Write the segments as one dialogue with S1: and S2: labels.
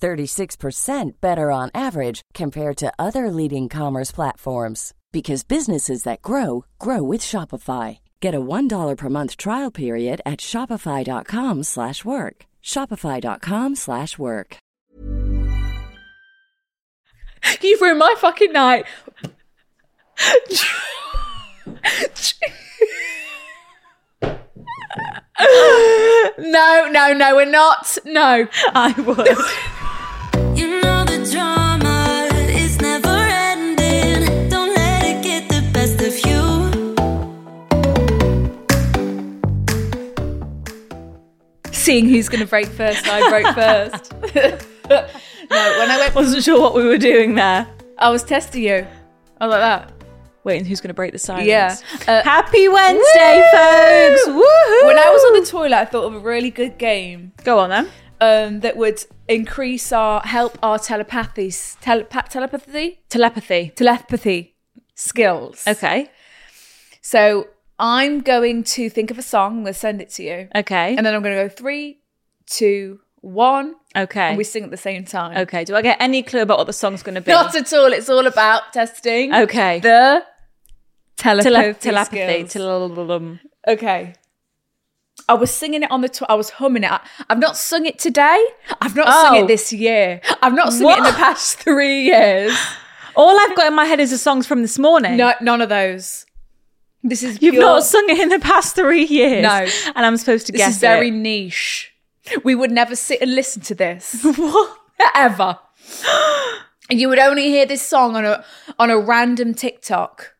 S1: 36% better on average compared to other leading commerce platforms because businesses that grow grow with Shopify. Get a $1 per month trial period at shopify.com/work. shopify.com/work.
S2: You've ruined my fucking night. no, no, no, we're not. No.
S3: I would.
S4: You know the drama is never ending. Don't let it get the best of you.
S2: Seeing who's going to break first, I broke first. no, when I went,
S3: Wasn't sure what we were doing there.
S2: I was testing you. I was like that.
S3: Waiting, who's going to break the silence?
S2: Yeah. Uh,
S3: Happy Wednesday, folks! Woohoo!
S2: when I was on the toilet, I thought of a really good game
S3: go on then.
S2: um, that would increase our help our telepathies telepa- telepathy
S3: Telepathy.
S2: telepathy skills.
S3: Okay.
S2: So I'm going to think of a song. I'm going to send it to you,
S3: Okay.
S2: and then I'm going to go three, two, one,
S3: okay.
S2: and we sing at the same time.
S3: okay. Do I get any clue about what the song's going to be?
S2: Not at all. It's all about testing.
S3: okay.
S2: The telepathy.
S3: Tele- telepathy.
S2: skills.
S3: Telelelum.
S2: okay. I was singing it on the. Tw- I was humming it. I- I've not sung it today. I've not sung
S3: Oh.
S2: it this year. I've not sung it in
S3: What?
S2: the past three years.
S3: All I've got in my head is the songs from this morning.
S2: No, none of those. This is
S3: You've
S2: pure-
S3: not sung it in the past three years.
S2: No.
S3: And I'm supposed to
S2: This
S3: guess
S2: is very
S3: it.
S2: niche. We would never sit and listen to this. what? Ever. And you would only hear this song on a on a random TikTok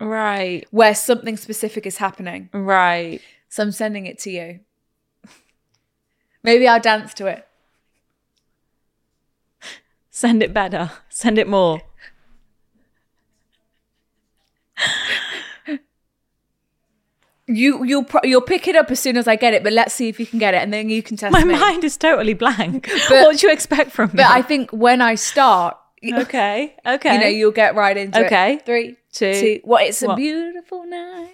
S3: Right.
S2: where something specific is happening.
S3: Right.
S2: So I'm sending it to you. Maybe I'll dance to it.
S3: Send it better. Send it more.
S2: You you'll pro- you'll pick it up as soon as I get it, but let's see if you can get it, and then you can test
S3: My
S2: me.
S3: mind is totally blank.
S2: But-
S3: what do you expect from me?
S2: But I think when I start,
S3: okay. Okay.
S2: you know, you'll get right into it.
S3: Okay.
S2: three, two,
S3: Two.
S2: What? It's a
S3: What?
S2: beautiful night.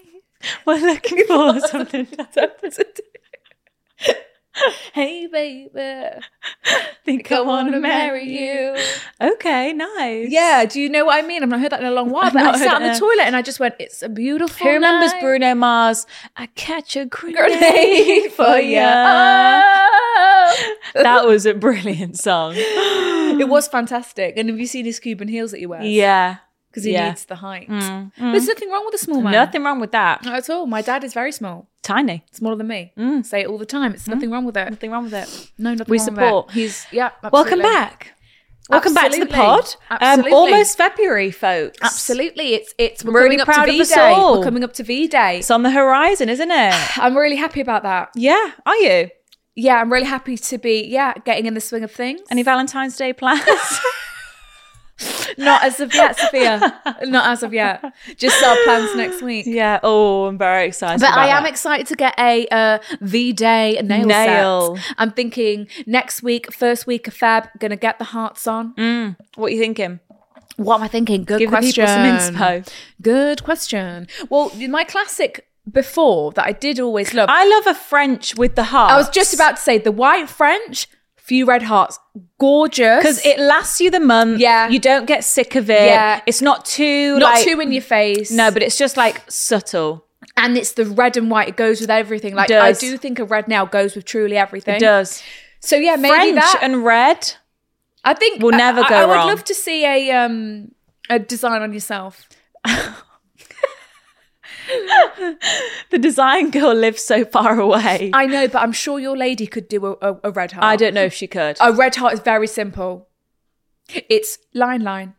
S3: We're looking for something.
S2: hey, baby.
S3: think I want to marry you. Okay, nice.
S2: Yeah, do you know what I mean? I've not heard that in a long while,
S3: I've
S2: but I
S3: not heard
S2: sat on the
S3: it.
S2: toilet and I just went, it's a beautiful
S3: Who remembers
S2: night.
S3: Bruno Mars? I catch a grenade,
S2: Grenade
S3: for you.
S2: Oh.
S3: That was a brilliant song.
S2: It was fantastic. And have you seen his Cuban heels that he wears?
S3: Yeah.
S2: Because he
S3: yeah. Mm,
S2: needs the height. There's nothing wrong with a small man.
S3: Nothing wrong with that.
S2: Not at all. My dad is very small.
S3: Tiny.
S2: Smaller than me. Say it all the time. It's nothing wrong with it.
S3: Mm. Nothing wrong with it.
S2: No, nothing
S3: We
S2: wrong
S3: support.
S2: with it. He's, yeah,
S3: Welcome
S2: absolutely.
S3: back. Welcome back to the pod. Um,
S2: Absolutely. Absolutely.
S3: almost February, folks.
S2: Absolutely. It's, it's, we're
S3: Really
S2: coming up
S3: proud
S2: to
S3: of
S2: V
S3: us
S2: Day.
S3: all.
S2: We're coming up to V Day.
S3: It's on the horizon, isn't it?
S2: I'm really happy about that.
S3: yeah. Are you?
S2: Yeah, I'm really happy to be, yeah, getting in the swing of things.
S3: Any Valentine's Day plans?
S2: Not as of yet, Sophia. Not as of yet. Just our plans next week.
S3: yeah. Oh, I'm very excited.
S2: But
S3: about
S2: I am
S3: that.
S2: excited to get a uh, V Day nail,
S3: Nail.
S2: set. I'm thinking next week, first week of Feb, gonna get the hearts on.
S3: What are you thinking?
S2: What am I thinking? Good
S3: Mm. Give the
S2: question.
S3: people some inspo.
S2: Good question. Well, my classic before that I did always love.
S3: I love a French with the heart.
S2: I was just about to say the white French, few red hearts, gorgeous.
S3: because it lasts you the month.
S2: Yeah.
S3: you don't get sick of it.
S2: Yeah.
S3: it's not too
S2: not
S3: like,
S2: too in your face.
S3: No, but it's just like subtle.
S2: and it's the red and white. It goes with everything. Like
S3: Does.
S2: I do think a red now goes with truly everything.
S3: It does
S2: So yeah, maybe
S3: French
S2: that.
S3: and red.
S2: I think
S3: Will
S2: I-
S3: never
S2: I-
S3: go
S2: I, would
S3: wrong.
S2: love to see a um a design on yourself.
S3: The design girl lives so far away. I,
S2: I know, but I'm sure your lady could do a, a, a red heart.
S3: don't know if she could.
S2: A red heart is very simple. It's line line.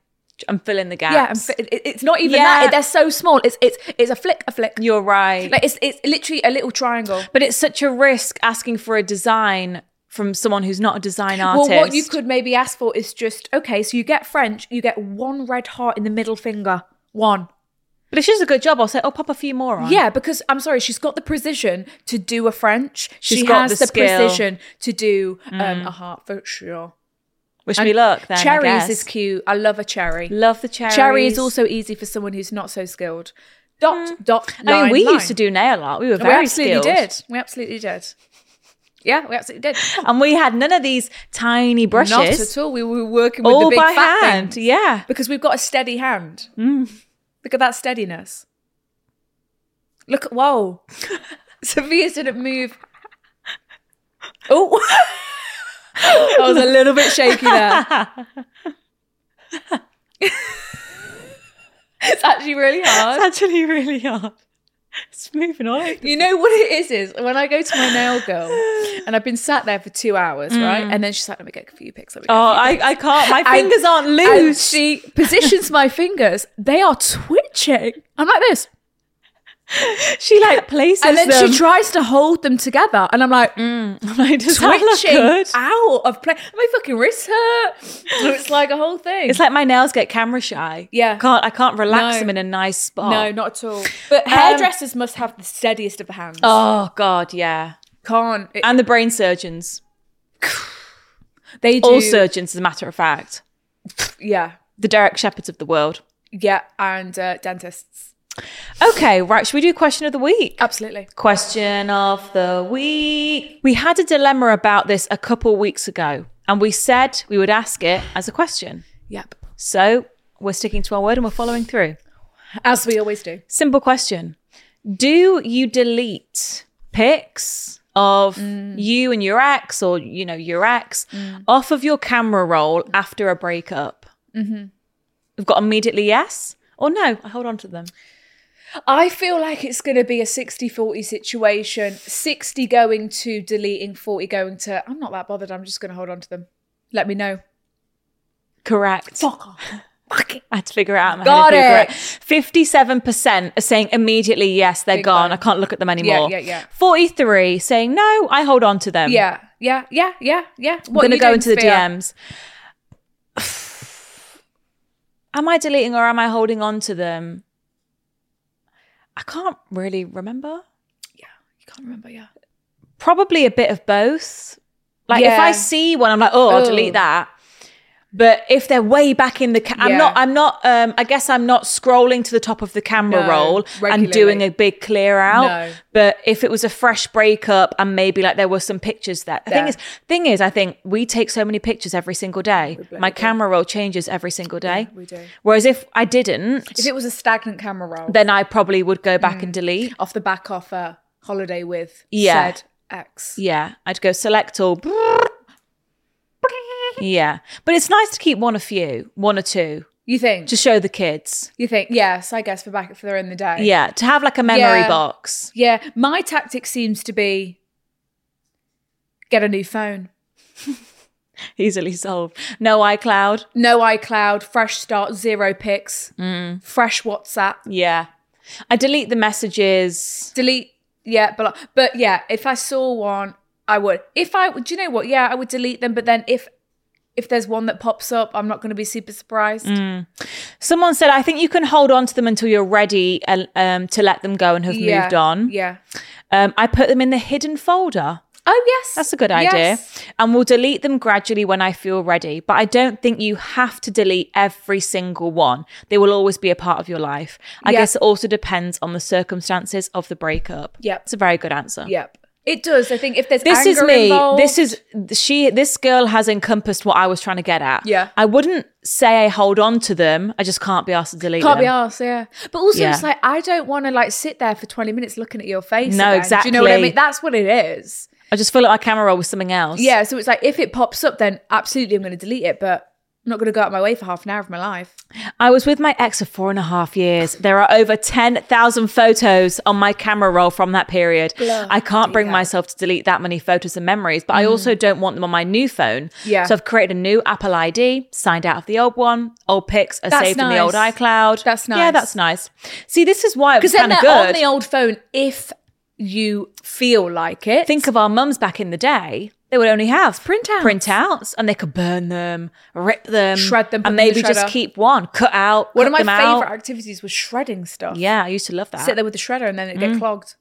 S3: I'm filling the gaps.
S2: Yeah, and fi- it, it's not even
S3: Yeah.
S2: that. They're so small. It's it's it's a flick, a flick.
S3: You're right.
S2: Like it's it's literally a little triangle.
S3: but it's such a risk asking for a design from someone who's not a design artist.
S2: Well, what you could maybe ask for is just okay. So you get French, you get one red heart in the middle finger, one.
S3: But if she does a good job, I'll say, "Oh, pop a few more on."
S2: Yeah, because I'm sorry, she's got the precision to do a French.
S3: She's
S2: she
S3: got
S2: has
S3: the
S2: the,
S3: skill. Mm.
S2: precision to do um, a heart for sure.
S3: wish me luck. Then I
S2: cherries
S3: guess.
S2: is cute. I love a cherry.
S3: Love the cherries. Mm.
S2: Cherry is also easy for someone who's not so skilled. Dot dot.
S3: I mean,
S2: line,
S3: we
S2: line.
S3: used to do nail art. We were
S2: We
S3: very
S2: absolutely
S3: skilled.
S2: did. We absolutely did. Yeah, we absolutely did.
S3: and we had none of these tiny brushes.
S2: Not at all. We were working with
S3: All
S2: the big
S3: by
S2: fat
S3: hand,
S2: things.
S3: yeah.
S2: because we've got a steady hand. Look at that steadiness. Look at whoa, Sophia didn't move. Oh, I was a little bit shaky there. it's actually really hard.
S3: It's actually really hard. It's moving on.
S2: You know what it is is when I go to my nail girl and I've been sat there for two hours, right? And then she's like, "Let me get a few pics." Let me get a
S3: Oh,
S2: few
S3: I,
S2: pics."
S3: I can't. My
S2: And-
S3: fingers aren't
S2: and
S3: loose.
S2: she positions my fingers; they are twitching. I'm like this,
S3: she like places
S2: and then
S3: them.
S2: she tries to hold them together, and I'm like
S3: I'm like, does that look
S2: twitching
S3: good?
S2: out of play. My fucking wrists hurt. So it's like a whole thing.
S3: It's like my nails get camera shy.
S2: Yeah.
S3: can't I can't relax
S2: No.
S3: them in a nice spot.
S2: no, not at all. But hairdressers must have the steadiest of the hands.
S3: Um, Oh God, yeah.
S2: Can't It-
S3: And the brain surgeons,
S2: they do?
S3: all surgeons, as a matter of fact,
S2: yeah,
S3: the Derek Shepherds of the world.
S2: yeah, and uh, dentists.
S3: Okay, right. Should we do question of the week?
S2: Absolutely.
S3: Question of the week. We had a dilemma about this a couple weeks ago, and we said we would ask it as a question.
S2: Yep.
S3: So we're sticking to our word and we're following through.
S2: As we always do.
S3: Simple question Do you delete pics of you and your ex or, you know, your ex off of your camera roll after a breakup? We've got immediately yes or no. Mm-hmm. I hold on to them.
S2: I feel like it's going to be a 60 40 situation 60 going to deleting, 40 going to, I'm not that bothered. I'm just going to hold on to them. Let me know.
S3: Correct.
S2: Fuck off. Fuck it.
S3: I had to figure out. my
S2: Got
S3: head
S2: it.
S3: Fifty-seven percent are saying immediately yes, they're
S2: Big
S3: gone.
S2: bang.
S3: I can't look at them anymore.
S2: yeah, yeah.
S3: Forty-three saying no, I hold on to them.
S2: Yeah, yeah, yeah, yeah, yeah.
S3: I'm going
S2: are
S3: to
S2: you
S3: go
S2: doing,
S3: into the
S2: Sophia?
S3: DMs. am I deleting or am I holding on to them? I can't really remember.
S2: You can't remember, yeah.
S3: Probably a bit of both. Like if
S2: Yeah.
S3: I see one, I'm like, oh, I'll
S2: Ugh.
S3: delete that. But if they're way back in the, ca- I'm
S2: Yeah.
S3: not. I'm not. Um, I guess I'm not scrolling to the top of the camera
S2: No,
S3: roll and
S2: regularly.
S3: doing a big clear out.
S2: No.
S3: But if it was a fresh breakup and maybe like there were some pictures there. The thing
S2: There.
S3: is, thing is, I think we take so many pictures every single day. My camera roll changes every single day.
S2: we do.
S3: Whereas if I didn't,
S2: If it Mm. was a stagnant camera roll,
S3: then I probably would go back and delete.
S2: off the back of a holiday with
S3: Yeah.
S2: said ex.
S3: Yeah, I'd go select all. Yeah, but it's nice to keep one or few, one or two,
S2: You think?
S3: to show the kids.
S2: you think? Yes, I guess for back for in the day.
S3: Yeah, to have like a memory
S2: Yeah.
S3: box.
S2: Yeah, my tactic seems to be get a new phone.
S3: Easily solved. No iCloud.
S2: No iCloud, fresh start, zero pics,
S3: Mm.
S2: fresh WhatsApp.
S3: Yeah, I delete the messages.
S2: Delete, yeah, but but yeah, if I saw one, I would. If I do you know what? Yeah, I would delete them, but then if if there's one that pops up, I'm not going to be super surprised.
S3: Mm. Someone said, I think you can hold on to them until you're ready uh, um, to let them go and have
S2: yeah.
S3: moved on.
S2: Yeah.
S3: Um, I put them in the hidden folder.
S2: Oh yes,
S3: That's a good idea.
S2: Yes.
S3: And we'll delete them gradually when I feel ready. But I don't think you have to delete every single one. They will always be a part of your life. I
S2: Yeah.
S3: guess it also depends on the circumstances of the breakup.
S2: Yep.
S3: It's a very good answer.
S2: Yep, it does. I think if there's
S3: This is
S2: anger
S3: me.
S2: involved-
S3: This is she this girl has encompassed what I was trying to get at.
S2: Yeah.
S3: I wouldn't say I hold on to them. I just can't be asked to delete
S2: can't
S3: them.
S2: be asked. Yeah, but also
S3: Yeah.
S2: it's like I don't want to like sit there for twenty minutes looking at your face.
S3: No,
S2: again. Do you know what I
S3: exactly.
S2: mean? That's what it is.
S3: I just fill up my camera roll with something else.
S2: Yeah, so it's like if it pops up, then absolutely I'm going to delete it, but I'm not going to go out my way for half an hour of my life.
S3: I was with my ex for four and a half years. There are over 10,000 photos on my camera roll from that period. I can't bring myself to delete that many photos and memories, but I also don't want them on my new phone.
S2: Mm. Yeah.
S3: So I've created a new Apple ID, signed out of the old one. Old pics are
S2: That's
S3: saved in the old
S2: nice.
S3: iCloud.
S2: That's
S3: Yeah,
S2: nice.
S3: that's nice. See, this is why it
S2: Because
S3: was
S2: then
S3: kind
S2: they're
S3: of good.
S2: on the old phone if you feel like it.
S3: Think of our mums back in the day. They would only have
S2: Printouts.
S3: printouts, and they could burn them, rip them,
S2: Shred them, put
S3: and
S2: them in the
S3: maybe just
S2: shredder.
S3: keep one, cut out.
S2: one
S3: cut
S2: of my
S3: them
S2: favorite
S3: out.
S2: activities was shredding stuff.
S3: Yeah, I used to love that.
S2: Sit there with the shredder and then it get clogged.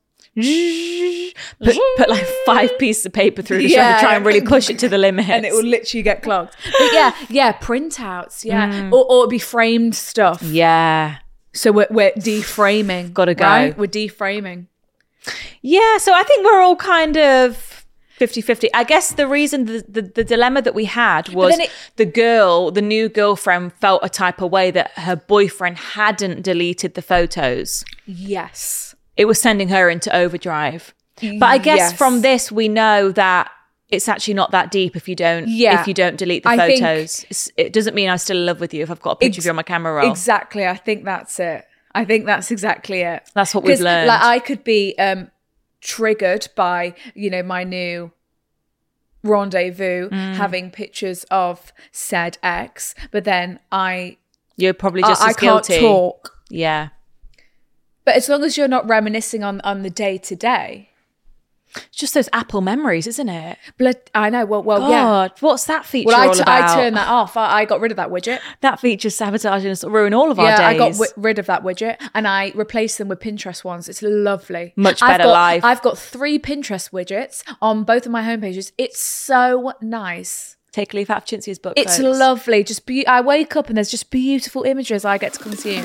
S3: put, put like five pieces of paper through the shredder,
S2: Yeah.
S3: try and really push it to the limit.
S2: And it will literally get clogged. Mm. But yeah, yeah, printouts, yeah. Or, or it'd be framed stuff.
S3: yeah,
S2: So we're, we're deframing.
S3: Gotta go.
S2: Right? We're deframing.
S3: yeah. So I think we're all kind of. 50-50 i guess the reason the, the, the dilemma that we had was
S2: then it-
S3: the girl the new girlfriend felt a type of way that her boyfriend hadn't deleted the photos
S2: Yes.
S3: it was sending her into overdrive. But I guess
S2: Yes.
S3: from this we know that it's actually not that deep if you don't
S2: Yeah.
S3: if you don't delete the
S2: I think-
S3: photos. It's- it doesn't mean I'm still in love with you if I've got a picture
S2: Ex-
S3: of you on my camera roll.
S2: Exactly. I think that's it. I think that's exactly it.
S3: That's what we've
S2: 'Cause,
S3: learned.
S2: Like I could be um triggered by, you know, my new rendezvous
S3: Mm.
S2: having pictures of said ex, but then I
S3: You're probably just
S2: I, I
S3: as
S2: can't
S3: guilty.
S2: talk.
S3: Yeah.
S2: But as long as you're not reminiscing on on the day to day.
S3: It's just those Apple memories, isn't it?
S2: Blood I know, well well Oh, yeah.
S3: God, what's that feature
S2: Well, I
S3: all
S2: tu-
S3: about?
S2: I turned that off. I, I got rid of that widget.
S3: That feature's sabotaging us, ruin all of our
S2: yeah,
S3: days.
S2: I got w- rid of that widget and I replaced them with Pinterest ones. It's lovely.
S3: Much
S2: I've
S3: better
S2: got-
S3: life.
S2: I've got three Pinterest widgets on both of my homepages. It's so nice.
S3: Take a leaf out of Chintzy's book.
S2: It's
S3: folks.
S2: lovely. Just be- I wake up and there's just beautiful images I get to consume.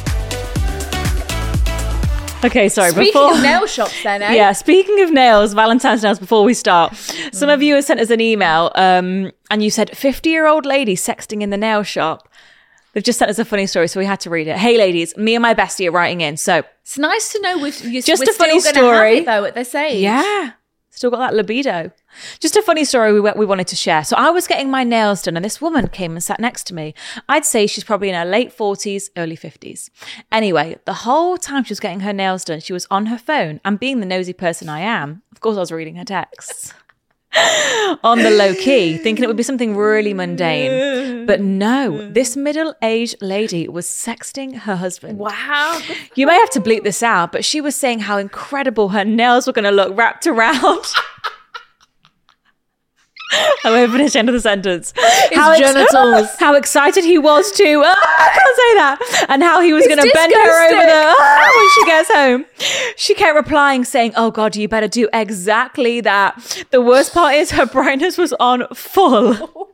S3: Okay, sorry.
S2: Speaking
S3: before
S2: of nail shops, then, eh?
S3: Yeah, speaking of nails, Valentine's nails, before we start, some of you have sent us an email um, and you said 50 year old lady sexting in the nail shop. They've just sent us a funny story, so we had to read it. Hey, ladies, me and my bestie are writing in. So,
S2: It's nice to know we've you
S3: Just
S2: we're
S3: a funny
S2: still gonna have
S3: story.
S2: it, though at this age.
S3: yeah, still got that libido. Just a funny story we, wa- we wanted to share. So, I was getting my nails done, and this woman came and sat next to me. I'd say she's probably in her late 40s, early 50s. Anyway, the whole time she was getting her nails done, she was on her phone, and being the nosy person I am, of course, I was reading her texts. on the low key, thinking it would be something really mundane. But no, this middle aged lady was sexting her husband.
S2: Wow.
S3: You may have to bleep this out, but she was saying how incredible her nails were going to look wrapped around. I won't finish the end of the sentence. how
S2: genitals.
S3: How excited he was to. Ah, I can't say that. And how he was
S2: It's
S3: going to bend her over
S2: disgusting.
S3: the. ah, when she gets home. She kept replying, saying, Oh God, you better do exactly that. The worst part is her brightness was on full.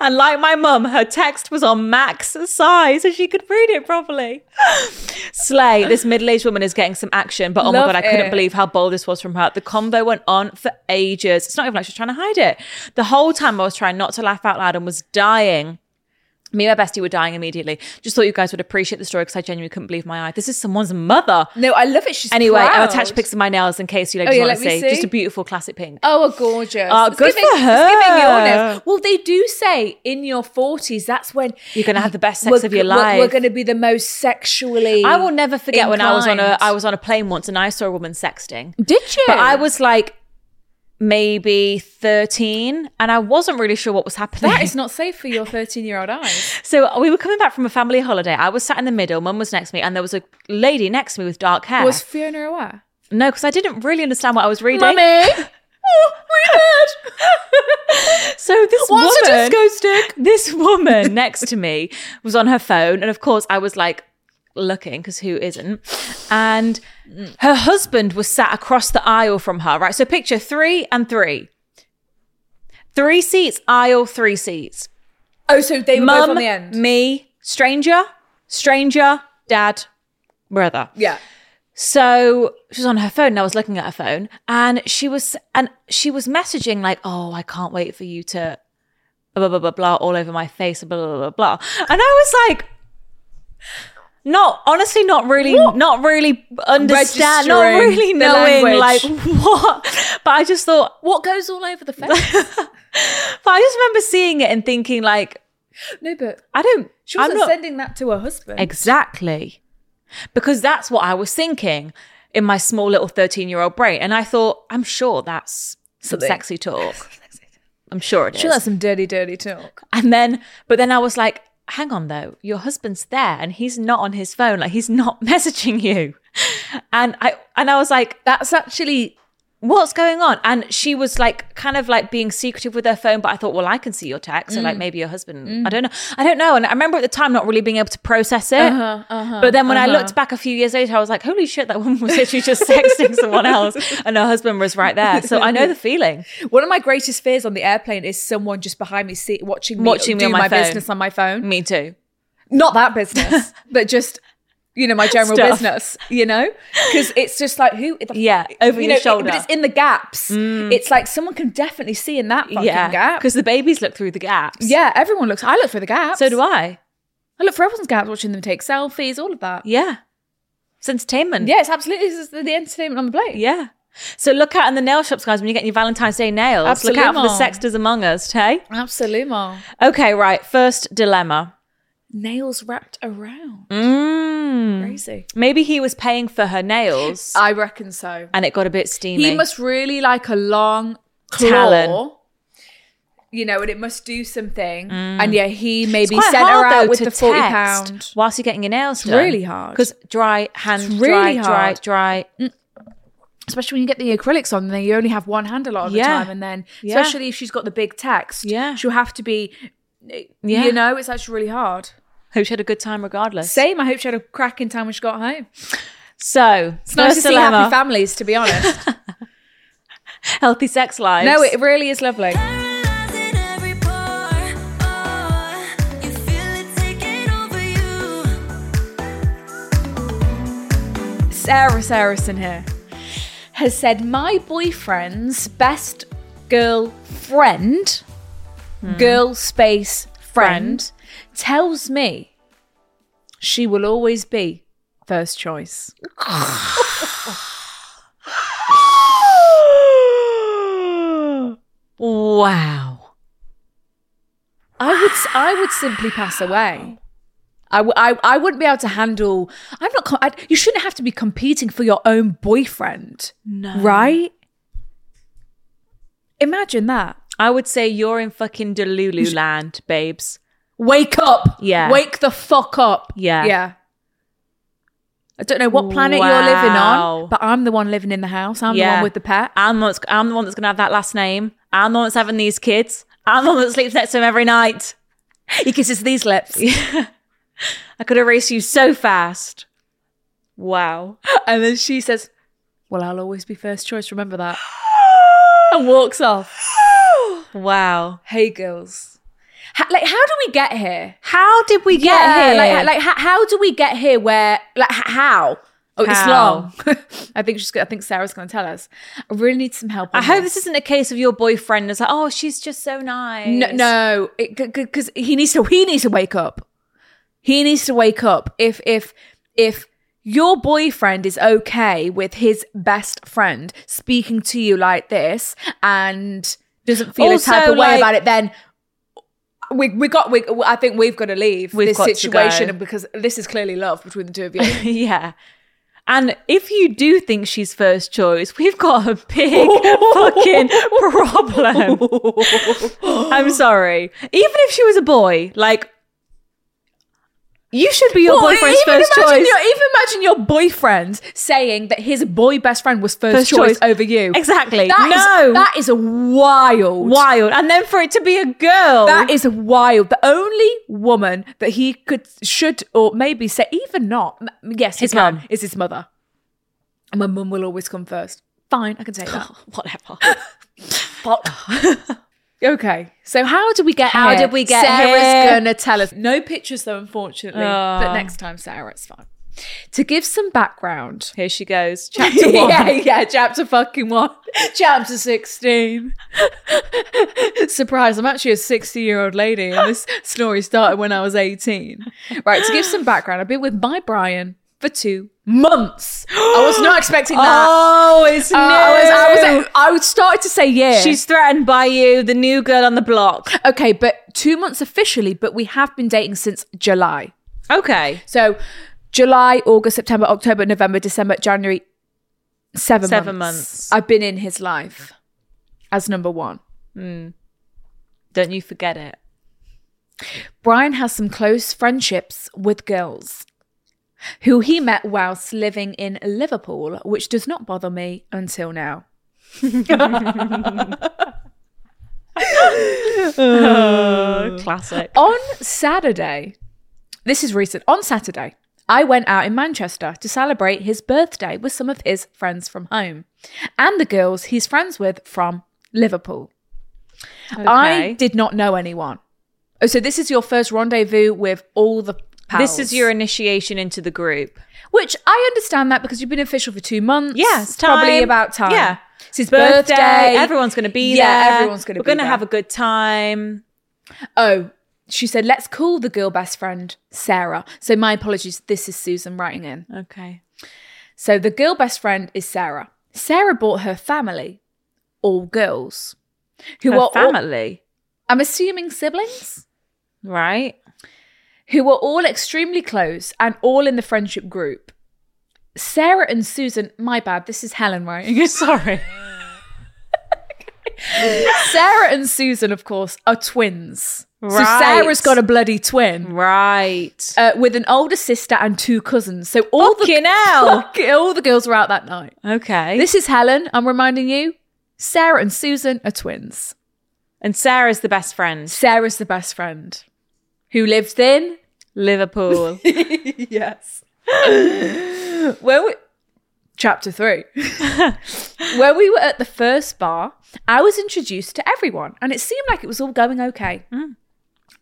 S3: And like my mum, her text was on max size so she could read it properly. Slay, this middle aged woman is getting some action, but oh
S2: Love
S3: my God, I couldn't
S2: it.
S3: believe how bold this was from her. The convo went on for ages. It's not even like she's trying to hide it. The whole time I was trying not to laugh out loud and was dying. Me and my bestie were dying immediately. Just thought you guys would appreciate the story because I genuinely couldn't believe my eye. This is someone's mother.
S2: No, I love it. She's
S3: Anyway,
S2: proud. Oh,
S3: I'll attach pics of my nails in case you ladies
S2: yeah,
S3: want
S2: let
S3: to
S2: me
S3: see.
S2: see.
S3: Just a beautiful classic pink.
S2: Oh, gorgeous!
S3: Oh,
S2: It's
S3: good
S2: giving-
S3: for
S2: It's giving your
S3: her.
S2: nails. Well, they do say in your forties, that's when
S3: You're gonna have the best sex
S2: we're-
S3: of your
S2: we're-
S3: life.
S2: We're, going to be the most sexually.
S3: I will never forget when I was on a
S2: inclined.
S3: I was on a plane once and I saw a woman sexting.
S2: Did you?
S3: But I was like maybe 13 and I wasn't really sure what was happening.
S2: That is not safe for your thirteen-year-old eyes.
S3: so uh, we were coming back from a family holiday. I was sat in the middle, mum was next to me, and there was a lady next to me with dark hair.
S2: Was Fiona aware?
S3: no, because I didn't really understand what I was reading. So this
S2: What's a
S3: woman,
S2: disco stick?
S3: this woman next to me was on her phone, and of course I was like looking because who isn't? And her husband was sat across the aisle from her, right? So picture three and three. Three seats, aisle three seats.
S2: Oh, so they were both
S3: Mum,
S2: on the end.
S3: me, stranger, stranger, dad, brother.
S2: yeah.
S3: So she was on her phone and I was looking at her phone and she was and she was messaging like, Oh, I can't wait for you to blah blah blah blah all over my face, blah blah blah blah. blah. And I was like not honestly not really not really understand not
S2: Registering
S3: really
S2: the
S3: knowing like
S2: language.
S3: what but I just thought
S2: What goes all over the face?
S3: but I just remember seeing it and thinking like
S2: no, but
S3: I don't
S2: she wasn't
S3: I'm not,
S2: sending that to her husband.
S3: Exactly. Because that's what I was thinking in my small little 13 year old brain. And I thought, I'm sure that's some
S2: Something.
S3: sexy talk. I'm sure it is.
S2: Sure, that's some dirty, dirty talk.
S3: and then, but then I was like, hang on though, your husband's there and he's not on his phone. Like he's not messaging you. And I, and I was like,
S2: That's actually
S3: what's going on? And she was like, kind of like being secretive with her phone. But I thought, well, I can see your text. So like maybe your husband, I don't know. I don't know. And I remember at the time not really being able to process it. but then when I looked back a few years later, I was like, holy shit, that woman was literally just sexting someone else. And her husband was right there. So I know the feeling.
S2: one of my greatest fears on the airplane is someone just behind me see, watching me
S3: Watching me
S2: do
S3: on my
S2: my,
S3: phone. Mm.
S2: business on my phone.
S3: Me too.
S2: Not that business, but just you know my general
S3: Stuff.
S2: business. You know, because it's just like who? The,
S3: Yeah, over
S2: you
S3: your
S2: know, it-
S3: shoulder. Mm.
S2: but it's in the gaps. It's like someone can definitely see in that fucking
S3: yeah.
S2: gap.
S3: Because the babies look through the gaps.
S2: Yeah, everyone looks. I look for the gaps.
S3: So do I.
S2: I look for everyone's gaps, watching them take selfies, all of that.
S3: Yeah. It's entertainment.
S2: Yeah, it's absolutely this is the the entertainment on the plate.
S3: Yeah. So look out in the nail shops, guys, when you're getting your Valentine's Day nails. Look out for the
S2: Absolumo.
S3: sexters among us, hey?
S2: Absolutely.
S3: Okay, right. First dilemma.
S2: Nails wrapped around.
S3: Mm.
S2: Crazy.
S3: Maybe he was paying for her nails
S2: I reckon so.
S3: and it got a bit steamy.
S2: Uh, He must really like a long claw.
S3: Talon. Mm.
S2: You know, and it must do something. And yeah, he maybe
S3: Quite
S2: sent her
S3: hard,
S2: out
S3: though,
S2: with
S3: to
S2: the forty
S3: text
S2: pound.
S3: whilst you're getting your nails
S2: It's
S3: done.
S2: really hard.
S3: because dry hand,
S2: It's really
S3: dry,
S2: hard.
S3: dry, dry.
S2: Especially when you get the acrylics on, then you only have one hand a lot of the
S3: Yeah.
S2: time. And then,
S3: Yeah.
S2: especially if she's got the big text,
S3: Yeah.
S2: she'll have to be.
S3: Yeah.
S2: You know, it's actually really hard.
S3: Hope she had a good time regardless.
S2: Same. I hope she had a cracking time when she got home.
S3: so
S2: It's nice to see happy
S3: family,
S2: families, to be honest.
S3: healthy sex lives.
S2: no, it really is lovely.
S4: Paralyzing every pore. Oh, you feel it taking over you.
S2: Sarah Saracen here has said, My boyfriend's best girl friend, girl space friend,
S3: Friend.
S2: tells me she will always be first choice.
S3: wow.
S2: I would, s- I would simply pass away. I, w- I, I wouldn't be able to handle. I'm not. Com- I, you shouldn't have to be competing for your own boyfriend,
S3: No.
S2: right? Imagine that.
S3: I would say you're in fucking Delulu land, babes.
S2: Wake up.
S3: Yeah.
S2: Wake the fuck up.
S3: Yeah.
S2: Yeah. I don't know what planet you're living
S3: Wow.
S2: on, but I'm the one living in the house. I'm the
S3: Yeah.
S2: one with the pet.
S3: I'm the, one's- I'm the one that's going to have that last name. I'm the one that's having these kids. I'm the one that sleeps next to him every night.
S2: He kisses these lips.
S3: I could erase you so fast. Wow.
S2: and then she says, Well, I'll always be first choice. Remember that. and walks off.
S3: Wow.
S2: Hey, girls. Ha- like, how do we get here?
S3: How did we get here?
S2: Like, like how, how do we get here where, like, h- how? Oh,
S3: How?
S2: it's long. I think she's. go- I think Sarah's going to tell us. I really need some help.
S3: I
S2: on
S3: hope this isn't a case of your boyfriend is like, oh, she's just so nice.
S2: No, no, because he needs to. He needs to wake up. He needs to wake up. If if if your boyfriend is okay with his best friend speaking to you like this and doesn't feel
S3: Also,
S2: a type of way
S3: like-
S2: about it, then we we got. We, I think we've got to leave
S3: We've
S2: this
S3: got to go.
S2: situation because this is clearly love between the two of you.
S3: yeah. And if you do think she's first choice, we've got a big fucking problem. I'm sorry. Even if she was a boy, like, you should be your
S2: Well,
S3: boyfriend's first
S2: imagine
S3: choice.
S2: Your, even imagine your boyfriend saying that his boy best friend was first,
S3: First
S2: choice,
S3: choice.
S2: over you.
S3: Exactly.
S2: That is-
S3: No.
S2: that is wild.
S3: Wild. And then for it to be a girl.
S2: That is wild. The only woman that he could, should, or maybe say, even not, m- yes, he
S3: His
S2: can,
S3: mum.
S2: is his mother. And my mum will always come first. Fine, I can take that.
S3: whatever.
S2: Fuck. Okay. So how did we get
S3: How
S2: here? Ah.
S3: did we get
S2: Sarah's
S3: here?
S2: gonna tell us. No pictures though, unfortunately. But next time, Sarah, it's fine. To give some background.
S3: Here she goes. Chapter one.
S2: yeah, yeah, chapter fucking one. chapter 16. Surprise, I'm actually a 60 year old lady, and this story started when I was 18. Right, to give some background, I've been with my Brian for two months. I was not expecting that.
S3: Oh, it's
S2: Uh,
S3: new.
S2: I was, I was, I was started to say yeah.
S3: She's threatened by you, the new girl on the block.
S2: okay, but two months officially, but we have been dating since July.
S3: Okay.
S2: So July, August, September, October, November, December, January. Seven,
S3: Seven months.
S2: I've been in his life as number one.
S3: Don't you forget it.
S2: Brian has some close friendships with girls who he met whilst living in Liverpool, which does not bother me until now. Uh,
S3: Classic.
S2: On Saturday, this is recent. On Saturday, I went out in Manchester to celebrate his birthday with some of his friends from home and the girls he's friends with from Liverpool. I
S3: Okay.
S2: did not know anyone. Oh, so this is your first rendezvous with all the pals.
S3: This is your initiation into the group.
S2: Which I understand that because you've been official for two months.
S3: Yeah, it's
S2: probably
S3: time.
S2: about time.
S3: Yeah.
S2: It's his birthday.
S3: Everyone's going to be
S2: yeah,
S3: there.
S2: everyone's going to
S3: We're
S2: be
S3: going to
S2: there.
S3: have a good time.
S2: Oh, she said, let's call the girl best friend Sarah. So my apologies. This is Susan writing in.
S3: Okay.
S2: So the girl best friend is Sarah. Sarah brought her family, all girls, who
S3: Her
S2: are all-
S3: family,
S2: I'm assuming siblings,
S3: right?
S2: who are all extremely close and all in the friendship group. Sarah and Susan, my bad, this is Helen writing.
S3: Sorry.
S2: Sarah and Susan, of course, are twins. So
S3: Right.
S2: Sarah's got a bloody twin
S3: Right.
S2: uh, with an older sister and two cousins. So all
S3: Fucking
S2: the
S3: hell.
S2: Fuck it, all the girls were out that night.
S3: Okay.
S2: This is Helen. I'm reminding you, Sarah and Susan are twins.
S3: and Sarah's the best friend.
S2: Sarah's the best friend who lives in.
S3: Liverpool.
S2: yes. well, we- chapter three. Where we were at the first bar, I was introduced to everyone and it seemed like it was all going okay.
S3: Mm.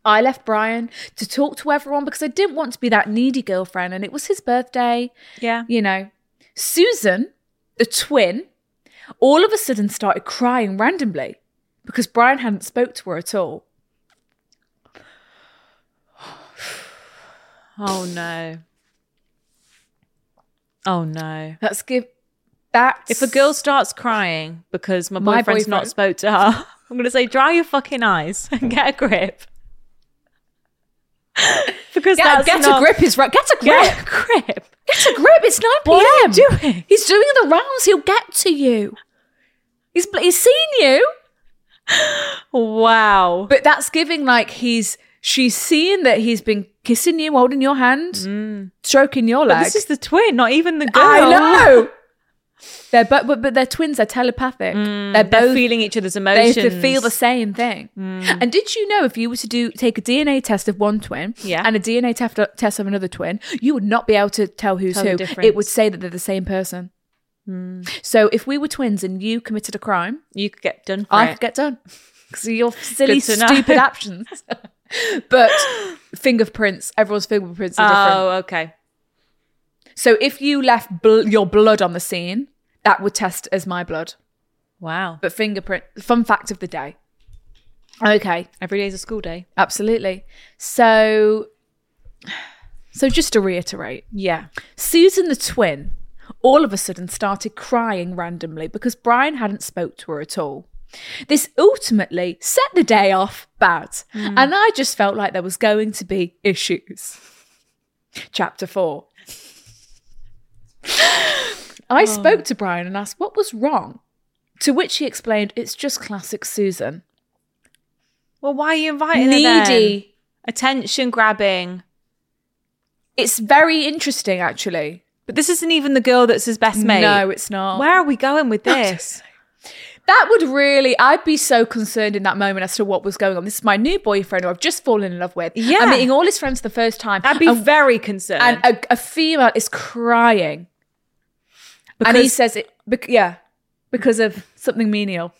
S2: I left Brian to talk to everyone because I didn't want to be that needy girlfriend and it was his birthday,
S3: yeah.
S2: you know. Susan, the twin, all of a sudden started crying randomly because Brian hadn't spoke to her at all.
S3: Oh no. Oh no.
S2: Let's give that
S3: If a girl starts crying because my
S2: My
S3: boyfriend's not
S2: boyfriend.
S3: spoke to her, I'm going to say, dry your fucking eyes and get a grip. because
S2: Get,
S3: that's
S2: get
S3: not-
S2: a grip is right. Get a grip.
S3: Get a grip.
S2: Get a grip. It's 9 p.m.
S3: What are you doing?
S2: He's doing the rounds. He'll get to you. He's, he's seen you.
S3: Wow.
S2: But that's giving like he's, she's seen that he's been kissing you, holding your hand, stroking your
S3: Mm. But
S2: leg.
S3: this is the twin, not even the girl.
S2: I know. They're but, but but they're twins. They're telepathic. they're
S3: Mm, They're
S2: both.
S3: feeling each other's
S2: they
S3: emotions.
S2: have to feel the same thing.
S3: Mm.
S2: And did you know if you were to do take a DNA test of one twin
S3: Yeah.
S2: and a DNA tef- test of another twin, you would not be able to tell who's
S3: Tell the
S2: who. It would
S3: difference. Mm.
S2: say that they're the same person. So if we were twins and you committed a crime,
S3: You could get done for
S2: I
S3: it.
S2: could get done because of your silly,
S3: Good to know.
S2: stupid actions. but fingerprints, everyone's fingerprints are different.
S3: oh, okay. Oh.
S2: So if you left bl- your blood on the scene, that would test as my blood.
S3: Wow.
S2: But fingerprint, fun fact of the day. Okay,
S3: Every day's a school day.
S2: absolutely. So, so just to reiterate,
S3: Yeah.
S2: Susan the twin all of a sudden started crying randomly because Brian hadn't spoke to her at all. This ultimately set the day off bad, and I just felt like there was going to be issues. Chapter 4. I spoke to Brian and asked what was wrong, to which he explained it's just classic Susan.
S3: Well, why are you inviting her then?
S2: Needy.
S3: Attention grabbing.
S2: It's very interesting, actually.
S3: But this isn't even the girl that's his best mate.
S2: No, it's not.
S3: Where are we going with this?
S2: That would really, I'd be so concerned in that moment as to what was going on. This is my new boyfriend who I've just fallen in love with.
S3: Yeah.
S2: I'm meeting all his friends for the first time.
S3: I'd be
S2: and,
S3: very concerned.
S2: and uh, a, a female is crying. and he
S3: Because-
S2: says it, bec- yeah, because of something menial.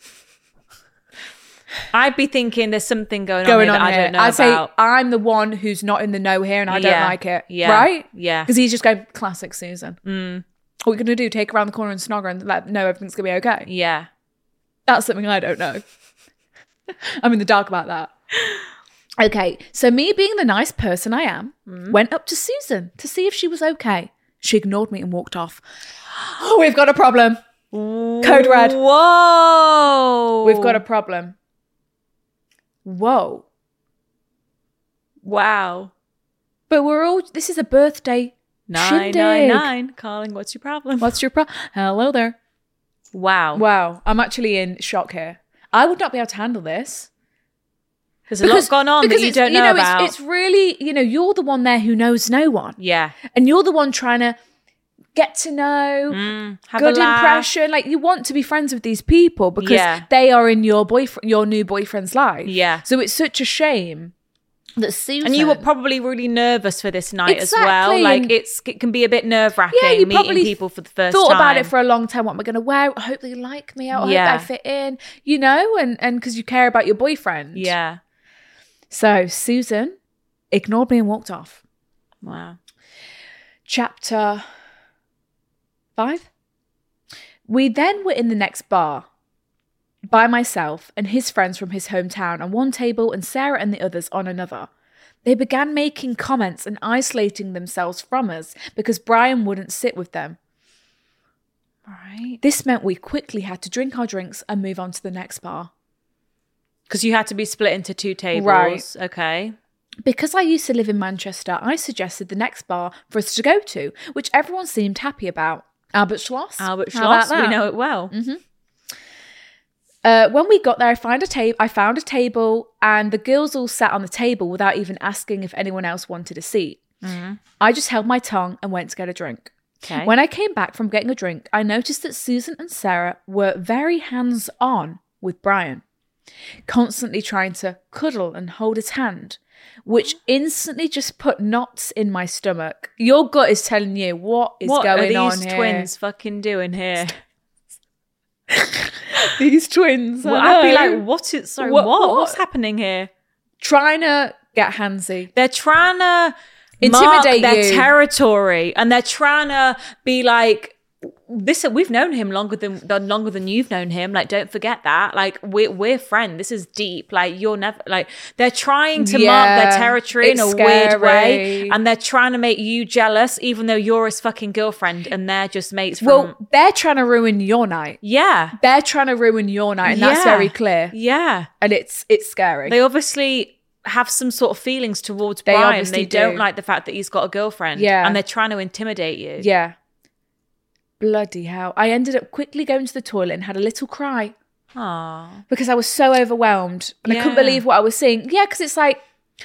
S3: I'd be thinking there's something going,
S2: going
S3: on,
S2: on
S3: here that
S2: here.
S3: I don't know
S2: I say
S3: about.
S2: I'm the one who's not in the know here, and I don't
S3: Yeah.
S2: like it.
S3: Yeah. Mm.
S2: right?
S3: Yeah.
S2: because he's just going classic Susan. What are you gonna do? Take around the corner and snogger and let know everything's gonna be okay.
S3: yeah.
S2: That's something I don't know. I'm in the dark about that. Okay, so me being the nice person I am, went up to Susan to see if she was okay. She ignored me and walked off. Oh, we've got a problem. Code red.
S3: Whoa.
S2: We've got a problem. Whoa.
S3: wow.
S2: But we're all, this is a birthday
S3: Nine
S2: shindig.
S3: nine nine. Calling. What's your problem?
S2: What's your problem? Hello there.
S3: wow.
S2: Wow, I'm actually in shock here. I would not be able to handle this.
S3: There's a lot gone on that
S2: because
S3: you
S2: it's-
S3: don't know,
S2: it's-
S3: about.
S2: It's, really, you know, you're the one there who knows no one,
S3: yeah.
S2: and you're the one trying to get to know,
S3: Mm, have
S2: good
S3: a laugh.
S2: impression. Like you want to be friends with these people because
S3: Yeah.
S2: they are in your boyfriend, your new boyfriend's life.
S3: Yeah.
S2: So it's such a shame that Susan
S3: And you were probably really nervous for this night as well.
S2: Exactly,
S3: Like
S2: and-
S3: it's it can be a bit nerve wracking
S2: yeah, you
S3: meeting
S2: probably
S3: people for the first
S2: thought
S3: time.
S2: about it for a long time. What am I going to wear? I hope they like me. I hope
S3: Yeah.
S2: I fit in. You know, and and because you care about your boyfriend.
S3: yeah.
S2: So Susan ignored me and walked off.
S3: Wow.
S2: Chapter five. We then were in the next bar by myself and his friends from his hometown on one table and Sarah and the others on another. They began making comments and isolating themselves from us because Brian wouldn't sit with them.
S3: Right.
S2: This meant we quickly had to drink our drinks and move on to the next bar.
S3: Because you had to be split into two tables.
S2: Right.
S3: Okay.
S2: Because I used to live in Manchester, I suggested the next bar for us to go to, which everyone seemed happy about. Albert Schloss.
S3: Albert
S2: How about
S3: Schloss, we
S2: that? Mm-hmm.
S3: know it well.
S2: Uh, when we got there, I found a table. I found a table, and the girls all sat on the table without even asking if anyone else wanted a seat. I just held my tongue and went to get a drink.
S3: Mm-hmm. Okay.
S2: When I came back from getting a drink, I noticed that Susan and Sarah were very hands on with Brian, constantly trying to cuddle and hold his hand, which instantly just put knots in my stomach. Your gut is telling you what is
S3: what
S2: going
S3: are these
S2: on here.
S3: twins fucking doing here?
S2: These twins. I
S3: Well, I'd be
S2: know.
S3: like, what is sorry,
S2: What-
S3: what,
S2: what?
S3: What's happening here?
S2: trying to get handsy.
S3: They're trying to
S2: Intimidate
S3: intimidate their
S2: you.
S3: territory and they're trying to be like this we've known him longer than than- longer than you've known him like don't forget that like we're we're friend this is deep like you're never like they're trying to mark
S2: Yeah.
S3: their territory in a
S2: It's
S3: weird way
S2: scary.
S3: and they're trying to make you jealous even though you're his fucking girlfriend and they're just mates from
S2: Well, they're trying to ruin your night.
S3: yeah
S2: They're trying to ruin your night, and that's
S3: Yeah.
S2: very clear.
S3: yeah
S2: And it's it's scary.
S3: They obviously have some sort of feelings towards
S2: They
S3: Brian.
S2: obviously
S3: They don't
S2: do.
S3: like the fact that he's got a girlfriend.
S2: Yeah.
S3: And they're trying to intimidate you.
S2: yeah. Bloody hell! I ended up quickly going to the toilet and had a little cry
S3: Aww.
S2: because I was so overwhelmed and I couldn't
S3: Yeah.
S2: believe what I was seeing. Yeah, because it's like,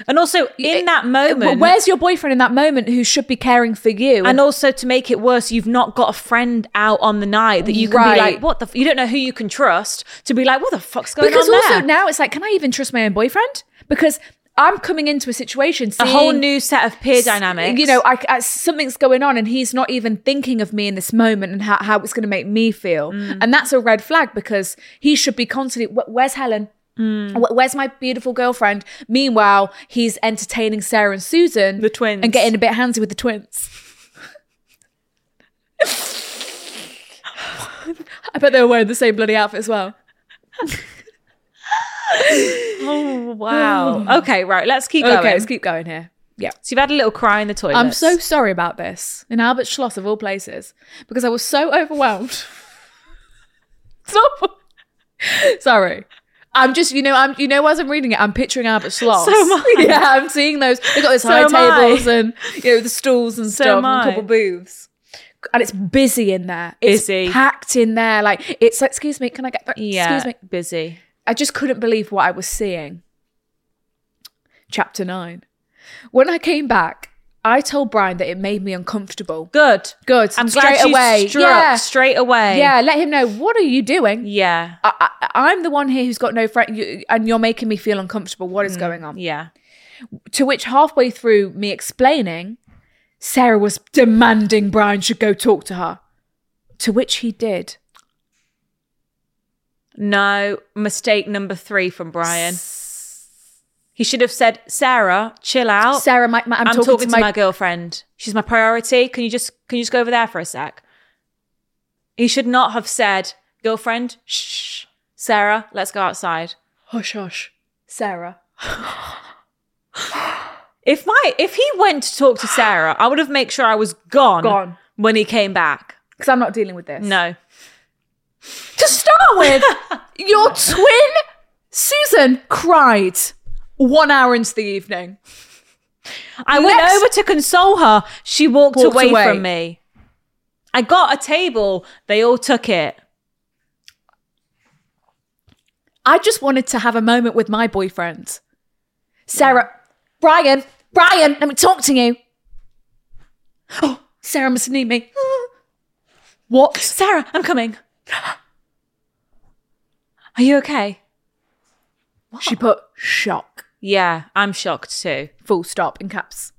S3: And also in
S2: it-
S3: that
S2: w-
S3: moment.
S2: where's your boyfriend in that moment who should be caring for you?
S3: and also to make it worse, you've not got a friend out on the night that you can
S2: Right.
S3: be like, what the? F-? You don't know who you can trust to be like, what the fuck's going
S2: because
S3: on
S2: also
S3: there?
S2: now it's like, can I even trust my own boyfriend? Because I'm coming into a situation,
S3: a
S2: seeing
S3: whole new set of peer
S2: s-
S3: dynamics.
S2: You know, I, I- something's going on, and he's not even thinking of me in this moment and how, how it's going to make me feel.
S3: Mm.
S2: And that's a red flag because he should be constantly, "Wh- where's Helen?
S3: Mm.
S2: Wh- Where's my beautiful girlfriend? Meanwhile, he's entertaining Sarah and Susan,
S3: The twins.
S2: and getting a bit handsy with the twins. I bet they were wearing the same bloody outfit as well.
S3: oh, wow. okay, right. Let's keep going.
S2: Okay, let's keep going here. Yeah.
S3: so you've had a little cry in the toilet.
S2: I'm so sorry about this in Albert Schloss of all places because I was so overwhelmed. Stop. sorry. I'm just, you know, I'm, you know, as I'm reading it, I'm picturing Albert Schloss.
S3: So am I.
S2: Yeah, I'm seeing those. They got those
S3: So
S2: high
S3: am I.
S2: tables and you know the stools and
S3: So
S2: stuff,
S3: am
S2: and a couple
S3: I.
S2: booths, and it's busy in there. It's
S3: Busy.
S2: packed in there. Like it's, like, excuse me, can I get?
S3: yeah,
S2: Excuse me.
S3: busy.
S2: I just couldn't believe what I was seeing. Chapter 9. When I came back, I told Brian that it made me uncomfortable.
S3: Good.
S2: Good.
S3: I'm
S2: straight
S3: glad you
S2: away.
S3: struck
S2: yeah.
S3: straight away.
S2: yeah, let him know what are you doing?
S3: Yeah.
S2: I, I, I'm the one here who's got no friend, you, and you're making me feel uncomfortable. What is going on?
S3: Mm. Yeah.
S2: To which, halfway through me explaining, Sarah was demanding Brian should go talk to her. To which he did.
S3: No, mistake number three from Brian. He should have said, Sarah, chill out.
S2: Sarah, my, my, I'm,
S3: Oh. I'm, talking, to, my... girlfriend. She's my priority. Can you just can you just go over there for a sec? He should not have said, girlfriend, shh, Sarah, let's go outside.
S2: hush hush, Sarah.
S3: If my if he went to talk to Sarah, I would have made sure I was gone,
S2: Gone.
S3: when he came back.
S2: Because I'm not dealing with this.
S3: No.
S2: To start with, your twin Susan cried one hour into the evening.
S3: I went
S2: Next-
S3: over to console her. She walked,
S2: Walked
S3: away,
S2: away.
S3: from me. I got a table. They all took it.
S2: I just wanted to have a moment with my boyfriend. Sarah, Brian, Brian, let me talk to you. Oh, Sarah must need me. What?
S3: Sarah, I'm coming. Are you okay?
S2: She put shock,
S3: Yeah, I'm shocked too.
S2: full stop in caps.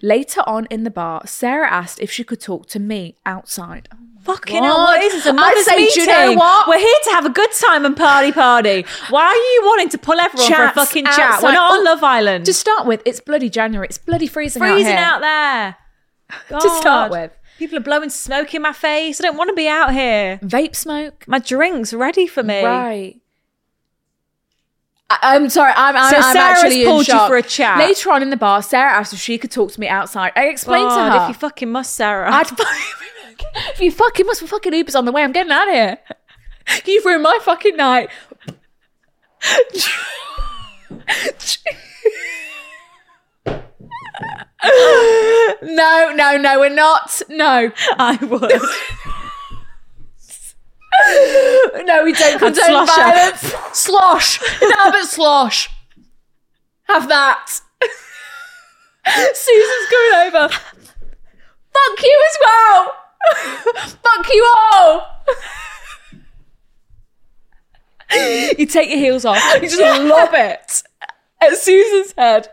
S2: Later on in the bar, Sarah asked if she could talk to me outside.
S3: Oh. Fucking hell, what
S2: God.
S3: is this? A
S2: I'd
S3: mother's
S2: say, do
S3: meeting.
S2: you know what?
S3: We're here to have a good time and party party. Why are you wanting to pull everyone
S2: Chats
S3: for a fucking chat? We're
S2: outside.
S3: not on
S2: Oh,
S3: Love Island.
S2: To start with, it's bloody January. It's bloody freezing,
S3: freezing
S2: out here.
S3: out there.
S2: To start
S3: God.
S2: with,
S3: People are blowing smoke in my face. I don't want to be out here.
S2: vape smoke.
S3: My drink's ready for me.
S2: Right. I- I'm sorry. I'm, I'm,
S3: So
S2: I'm
S3: Sarah's
S2: actually in
S3: pulled you
S2: shock.
S3: for a chat.
S2: Later on in the bar, Sarah asked if she could talk to me outside. I explained
S3: God,
S2: to her.
S3: if you fucking must, Sarah.
S2: I'd fucking, if you fucking must, fucking Uber's on the way. I'm getting out of here. You've ruined my fucking night. no, no, no, we're not. No,
S3: I would.
S2: no, we don't condone
S3: slosh her.
S2: violence. Slosh. Have it slosh. Have that. Susan's going over. Fuck you as well. Fuck you all. you take your heels off. You just lob it at Susan's head.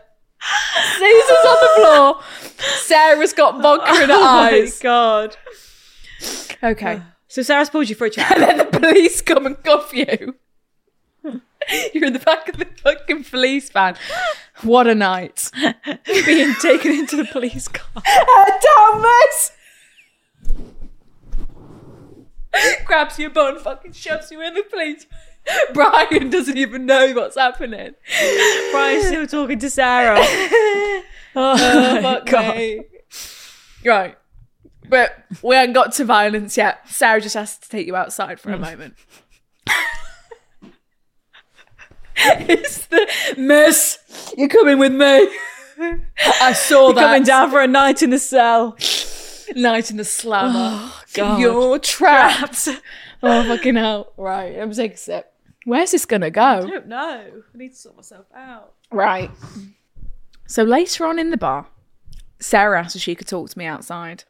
S2: Susan's on the floor. Sarah's got vodka in her
S3: oh
S2: eyes.
S3: my god.
S2: Okay.
S3: So Sarah's pulled you for a chat.
S2: And then the police come and cuff you. You're in the back of the fucking police van. What a night.
S3: being taken into the police car.
S2: Thomas! Grabs your bun, fucking shoves you in the police. Brian doesn't even know what's happening.
S3: Brian's still talking to Sarah. oh, my
S2: Fuck
S3: god.
S2: me. Right. But we haven't got to violence yet. Sarah just asked to take you outside for a moment. it's the miss. You're coming with me. I saw that
S3: Coming down for a night in the cell.
S2: night in the slammer.
S3: God.
S2: You're trapped. oh fucking hell! Right, I'm taking a sip. Where's this gonna go?
S3: don't know. I need to sort myself out.
S2: Right. So later on in the bar, Sarah asked if she could talk to me outside.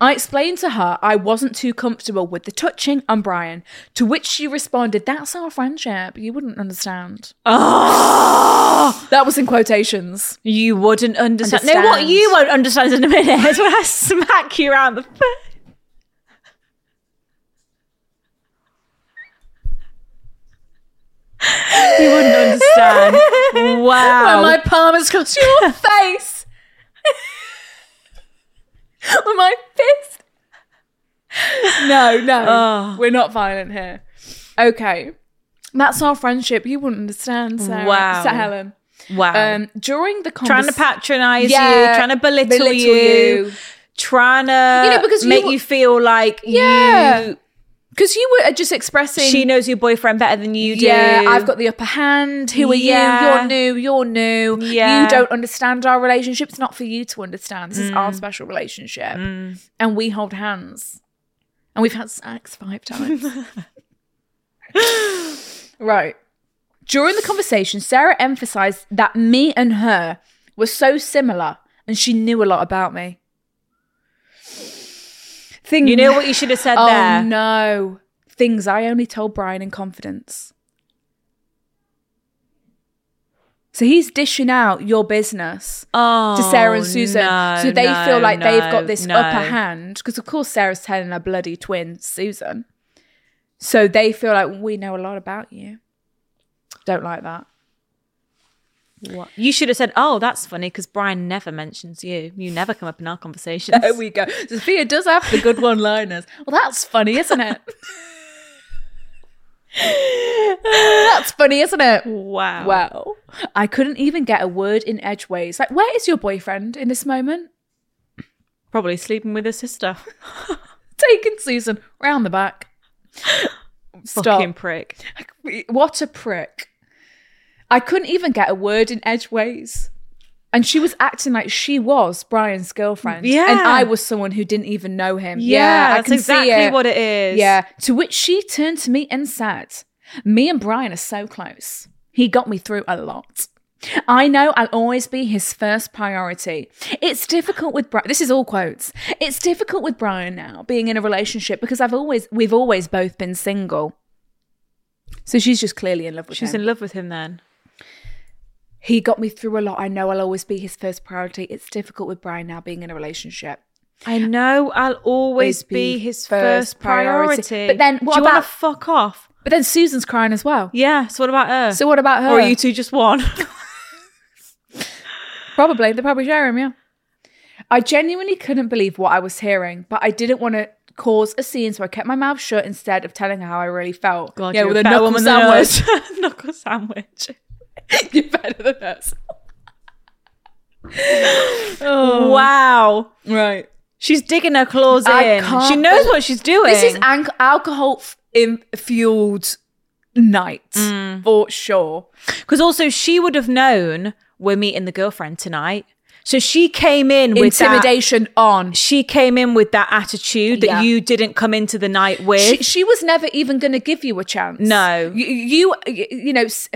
S2: I explained to her I wasn't too comfortable with the touching on Brian, to which she responded, That's our friendship. You wouldn't understand.
S3: Oh,
S2: That was in quotations.
S3: you wouldn't understand. No, what
S2: Understand.
S3: you won't understand in a minute is when I smack you around the face. you wouldn't understand. Wow.
S2: When my palm has got your face. With my fist. No, no.
S3: Oh.
S2: We're not violent here. Okay. That's our friendship. You wouldn't understand, Sarah.
S3: Wow.
S2: Sa- Helen.
S3: wow.
S2: Um, during the convers-
S3: trying to patronize you,
S2: Yeah,
S3: trying to belittle,
S2: belittle
S3: you,
S2: you.
S3: trying to
S2: You know, because
S3: make you,
S2: you-
S3: feel like
S2: Yeah.
S3: you,
S2: because you were just expressing.
S3: she knows your boyfriend better than you do.
S2: Yeah, I've got the upper hand. Who are
S3: Yeah.
S2: you? You're new. You're new.
S3: Yeah.
S2: You don't understand our relationship. It's not for you to understand. This is
S3: Mm.
S2: our special relationship. And we hold hands. And we've had sex five times. right. During the conversation, Sarah emphasized that me and her were so similar and she knew a lot about me. Thing
S3: You know what you should have said
S2: Oh
S3: there.
S2: no. Things I only told Brian in confidence. So he's dishing out your business
S3: Oh,
S2: to Sarah and Susan.
S3: no,
S2: so they
S3: no,
S2: feel like they've
S3: no,
S2: got this
S3: no.
S2: upper hand. Because of course Sarah's telling her bloody twin Susan. So they feel like we know a lot about you. Don't like that.
S3: What? You should have said, "Oh, that's funny," because Brian never mentions you. You never come up in our conversations.
S2: There we go. Sophia does have the good one liners. Well, that's funny, isn't it? that's funny, isn't it?
S3: wow.
S2: Wow. I couldn't even get a word in edgeways. Like, where is your boyfriend in this moment?
S3: Probably sleeping with his sister.
S2: Taking Susan round the back.
S3: Fucking prick.
S2: What a prick. I couldn't even get a word in edgeways. And she was acting like she was Brian's girlfriend.
S3: Yeah.
S2: And I was someone who didn't even know him.
S3: Yeah,
S2: Yeah, I
S3: that's
S2: can
S3: exactly
S2: see
S3: what it is.
S2: Yeah. To which she turned to me and said, Me and Brian are so close. He got me through a lot. I know I'll always be his first priority. It's difficult with Brian. This is all quotes. It's difficult with Brian now being in a relationship because I've always we've always both been single. So she's just clearly in love with
S3: She's
S2: him.
S3: in love with him then.
S2: he got me through a lot. I know I'll always be his first priority. It's difficult with Brian now being in a relationship.
S3: I know I'll always be, his first priority.
S2: But then what
S3: Do you wanna
S2: about-
S3: fuck off?
S2: But then Susan's crying as well.
S3: Yeah. So what about her?
S2: So what about her?
S3: Or are you two just one?
S2: Probably. They probably share him, yeah. I genuinely couldn't believe what I was hearing, but I didn't want to cause a scene, so I kept my mouth shut instead of telling her how I really felt.
S3: you're
S2: with a
S3: better
S2: knuckle
S3: woman than
S2: sandwich.
S3: us. knuckle sandwich.
S2: you're better than us. Oh.
S3: Wow.
S2: Right.
S3: She's digging her claws
S2: I
S3: in.
S2: can't
S3: She knows
S2: bel-
S3: what she's doing.
S2: This is an- alcohol f- in- fueled night
S3: Mm.
S2: for sure.
S3: Because also she would have known we're meeting the girlfriend tonight. So she came in with that,
S2: Intimidation on.
S3: she came in with that attitude that
S2: Yeah.
S3: you didn't come into the night with.
S2: She, she was never even going to give you a chance.
S3: No.
S2: you you, you- you know s-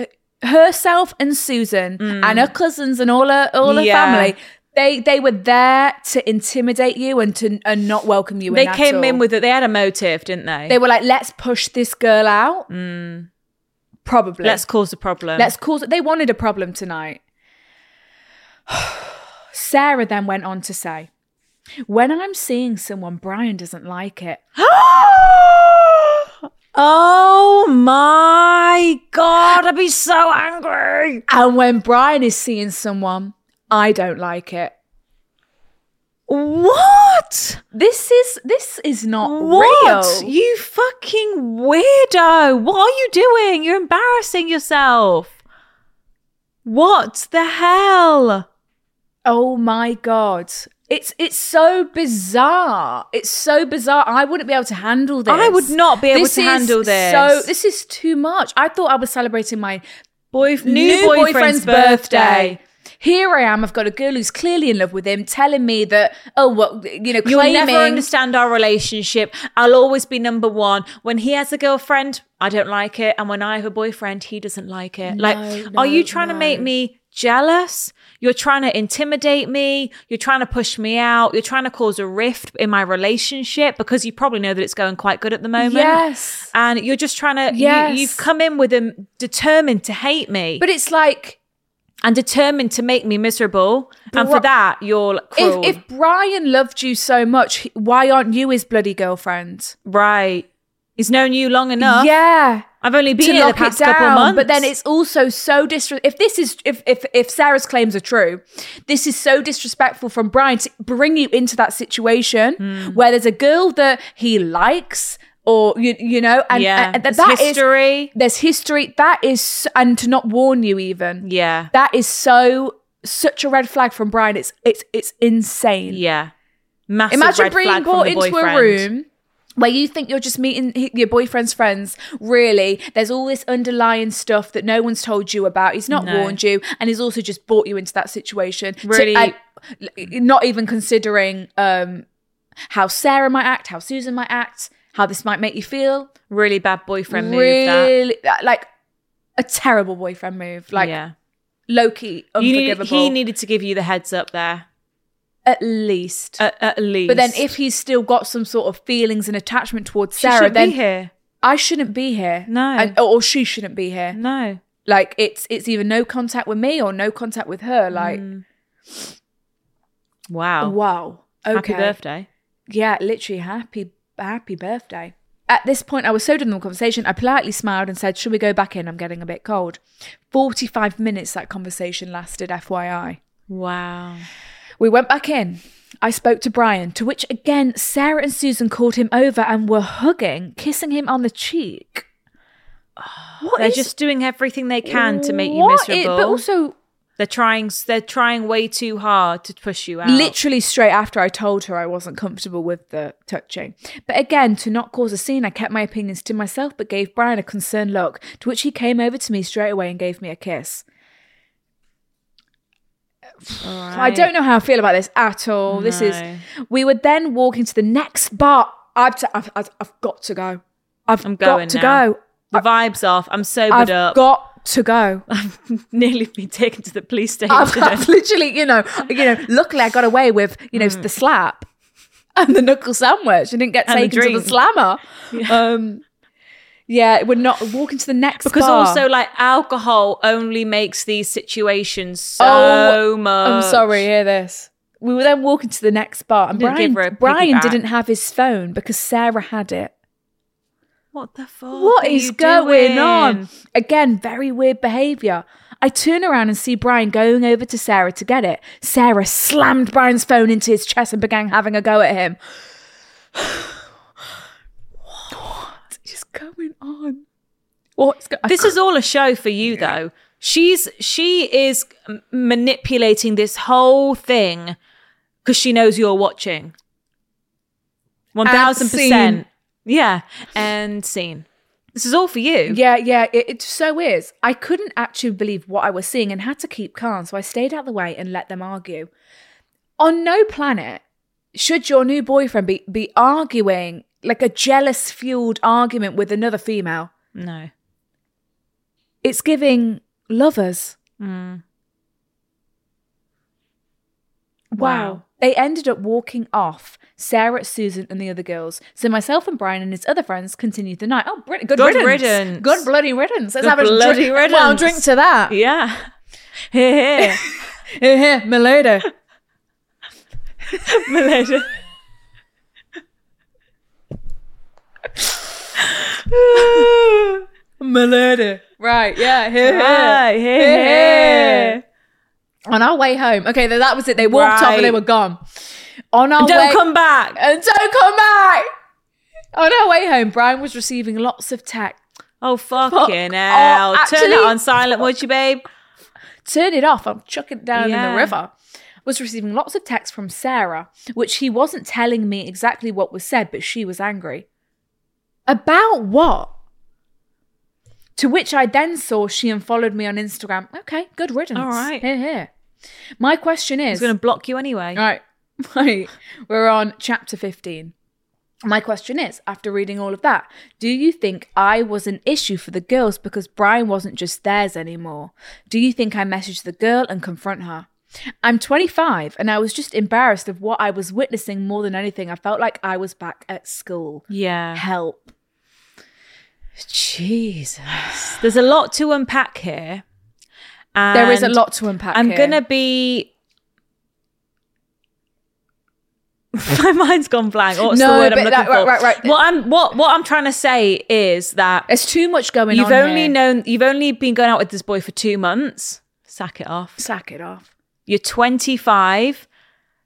S2: herself and Susan and her cousins and all her all her
S3: Mm. Yeah.
S2: family. They they were there to intimidate you and to and not welcome you.
S3: they
S2: in at
S3: came
S2: all.
S3: in with it. They had a motive, didn't they?
S2: They were like, let's push this girl out. Probably.
S3: Mm. Let's cause a problem.
S2: Let's cause it. They wanted a problem tonight. Sarah then went on to say, "When I'm seeing someone, Brian doesn't like it.
S3: oh my god! I'd be so angry.
S2: And when Brian is seeing someone, I don't like it.
S3: What?
S2: This is this is not
S3: What?
S2: real.
S3: You fucking weirdo. What are you doing? You're embarrassing yourself. What the hell?
S2: Oh my god. It's it's so bizarre. It's so bizarre. I wouldn't be able to handle this.
S3: I would not be able
S2: This
S3: to
S2: is
S3: handle this.
S2: So this is too much. I thought I was celebrating my
S3: Boy,
S2: new, boyfriend's, birthday. Here I am. I've got a girl who's clearly in love with him, telling me that oh, well, you know,
S3: You'll
S2: claiming
S3: never understand our relationship. I'll always be number one. When he has a girlfriend, I don't like it. And when I have a boyfriend, he doesn't like it. like,
S2: no,
S3: are you trying to
S2: no.
S3: make me jealous? You're trying to intimidate me. You're trying to push me out. You're trying to cause a rift in my relationship because you probably know that it's going quite good at the moment.
S2: Yes.
S3: And you're just trying to,
S2: Yes.
S3: you, you've come in with him determined to hate me
S2: But it's like
S3: and determined to make me miserable. and
S2: Bro-
S3: for that, you're cruel.
S2: if, if Brian loved you so much, he- why aren't you his bloody girlfriend?
S3: right. He's known you long enough.
S2: Yeah.
S3: I've only been
S2: to
S3: here the
S2: knock it
S3: past
S2: down,
S3: couple of months.
S2: but then it's also so disres. If this is if, if if Sarah's claims are true, this is so disrespectful from Brian to bring you into that situation
S3: Hmm.
S2: where there's a girl that he likes, or you you know, and,
S3: Yeah,
S2: and
S3: there's
S2: that is-
S3: history.
S2: there's history. That is, and to not warn you even.
S3: yeah,
S2: that is so such a red flag from Brian. It's it's it's insane.
S3: yeah, massive.
S2: Imagine
S3: red
S2: being
S3: flag from
S2: brought
S3: the
S2: into a
S3: boyfriend.
S2: room where you think you're just meeting h- your boyfriend's friends. Really, there's all this underlying stuff that no one's told you about. He's not
S3: No.
S2: warned you, and he's also just brought you into that situation. to-
S3: Really-
S2: and l- not even considering um, how Sarah might act, how Susan might act, how this might make you feel.
S3: Really bad boyfriend move.
S2: Really, like a terrible boyfriend move.
S3: That
S2: Like
S3: yeah,
S2: low key
S3: You needed-
S2: unforgivable.
S3: he needed to give you the heads up there
S2: at least.
S3: at, at least.
S2: but then, if he's still got some sort of feelings and attachment towards
S3: she
S2: Sarah,
S3: shouldn't
S2: then
S3: be here,
S2: I shouldn't be here.
S3: No.
S2: And- or, or she shouldn't be here.
S3: no,
S2: Like it's it's either no contact with me or no contact with her. Like
S3: wow,
S2: wow. Okay.
S3: happy birthday.
S2: Yeah, literally happy happy birthday. At this point, I was so done with the conversation, I politely smiled and said, Should we go back in? I'm getting a bit cold. 45 minutes that conversation lasted, FYI.
S3: Wow.
S2: We went back in. I spoke to Brian, to which again, Sarah and Susan called him over and were hugging, kissing him on the cheek. What
S3: They're
S2: is-
S3: just doing everything they can to make you
S2: what is-
S3: miserable.
S2: but also,
S3: they're trying. They're trying way too hard to push you out.
S2: Literally straight after I told her I wasn't comfortable with the touching. But again, to not cause a scene, I kept my opinions to myself but gave Brian a concerned look, to which he came over to me straight away and gave me a kiss. I don't know how I feel about this at all. This is.
S3: No.
S2: We were then walking to the next bar. I've, t- I've, I've, I've got to go. I've
S3: I'm going
S2: got to
S3: now.
S2: go.
S3: The vibe's off. I'm sobered
S2: I've
S3: up.
S2: got to go.
S3: I've nearly been taken to the police station.
S2: I've, I've literally, you know, you know. Luckily, I got away with you know the slap and the knuckle sandwich. I didn't get
S3: Hmm. And the
S2: taken to the
S3: drink.
S2: slammer. Um, yeah, we're not walking to the next
S3: because
S2: bar.
S3: also, like alcohol, only makes these situations so
S2: Oh,
S3: much.
S2: I'm sorry, hear this. We were then walking to the next bar, and
S3: Didn't
S2: Brian,
S3: give her a
S2: Brian
S3: piggyback.
S2: didn't have his phone because Sarah had it.
S3: What the fuck?
S2: What
S3: are
S2: is
S3: you
S2: going
S3: doing?
S2: on? Again, very weird behavior. I turn around and see Brian going over to Sarah to get it. Sarah slammed Brian's phone into his chest and began having a go at him. what is going on? What's going?
S3: This is all a show for you, though. She's she is m- manipulating this whole thing because she knows you're watching. One thousand
S2: And
S3: percent. Yeah, and scene. This is all for you.
S2: Yeah, yeah, it, it so is. I couldn't actually believe what I was seeing and had to keep calm, so I stayed out the way and let them argue. On no planet should your new boyfriend be, be arguing like a jealous fueled argument with another female.
S3: No.
S2: It's giving lovers.
S3: Mm.
S2: Wow.
S3: Wow.
S2: They ended up walking off. Sarah, Susan, and the other girls. So myself and Brian and his other friends continued the night. Oh, br- good,
S3: Good
S2: riddance.
S3: riddance.
S2: Good bloody riddance. Let's
S3: Good
S2: have a
S3: bloody
S2: drink. Well,
S3: riddance.
S2: drink to that.
S3: Yeah. Here, here,
S2: Here, here, Milady.
S3: Malaysia.
S2: Milady. Right, yeah, here, here.
S3: Right, here,
S2: Here,
S3: here.
S2: here. On our way home. Okay, then that was it. They walked off and they
S3: Right.
S2: were gone. On our
S3: Don't
S2: way
S3: come back.
S2: and don't come back. On our way home, Brian was receiving lots of text.
S3: Oh fucking
S2: Oh,
S3: hell! Turn
S2: actually-
S3: that on silent, would you, babe?
S2: Turn it off. I'm chucking it down in
S3: Yeah.
S2: the river. Was receiving lots of texts from Sarah, which he wasn't telling me exactly what was said, but she was angry. About what? To which I then saw she unfollowed me on Instagram. Okay, good riddance.
S3: All right.
S2: Here, here. My question is
S3: He's going to block you anyway.
S2: Right. Right. We're on chapter 15. My question is after reading all of that, do you think I was an issue for the girls because Brian wasn't just theirs anymore? Do you think I messaged the girl and confront her? I'm 25 and I was just embarrassed of what I was witnessing more than anything. I felt like I was back at school.
S3: Yeah.
S2: Help.
S3: Jesus. There's a lot to unpack here. And
S2: there is a lot to unpack.
S3: I'm
S2: here.
S3: going to be. My mind's gone blank. What's
S2: No,
S3: the word
S2: but
S3: I'm looking
S2: that-
S3: for?
S2: right, right, right.
S3: What I'm what what I'm trying to say is that
S2: There's too much going
S3: you've
S2: on.
S3: only
S2: here.
S3: known you've only been going out with this boy for two months. Sack it off.
S2: Sack it off.
S3: You're 25.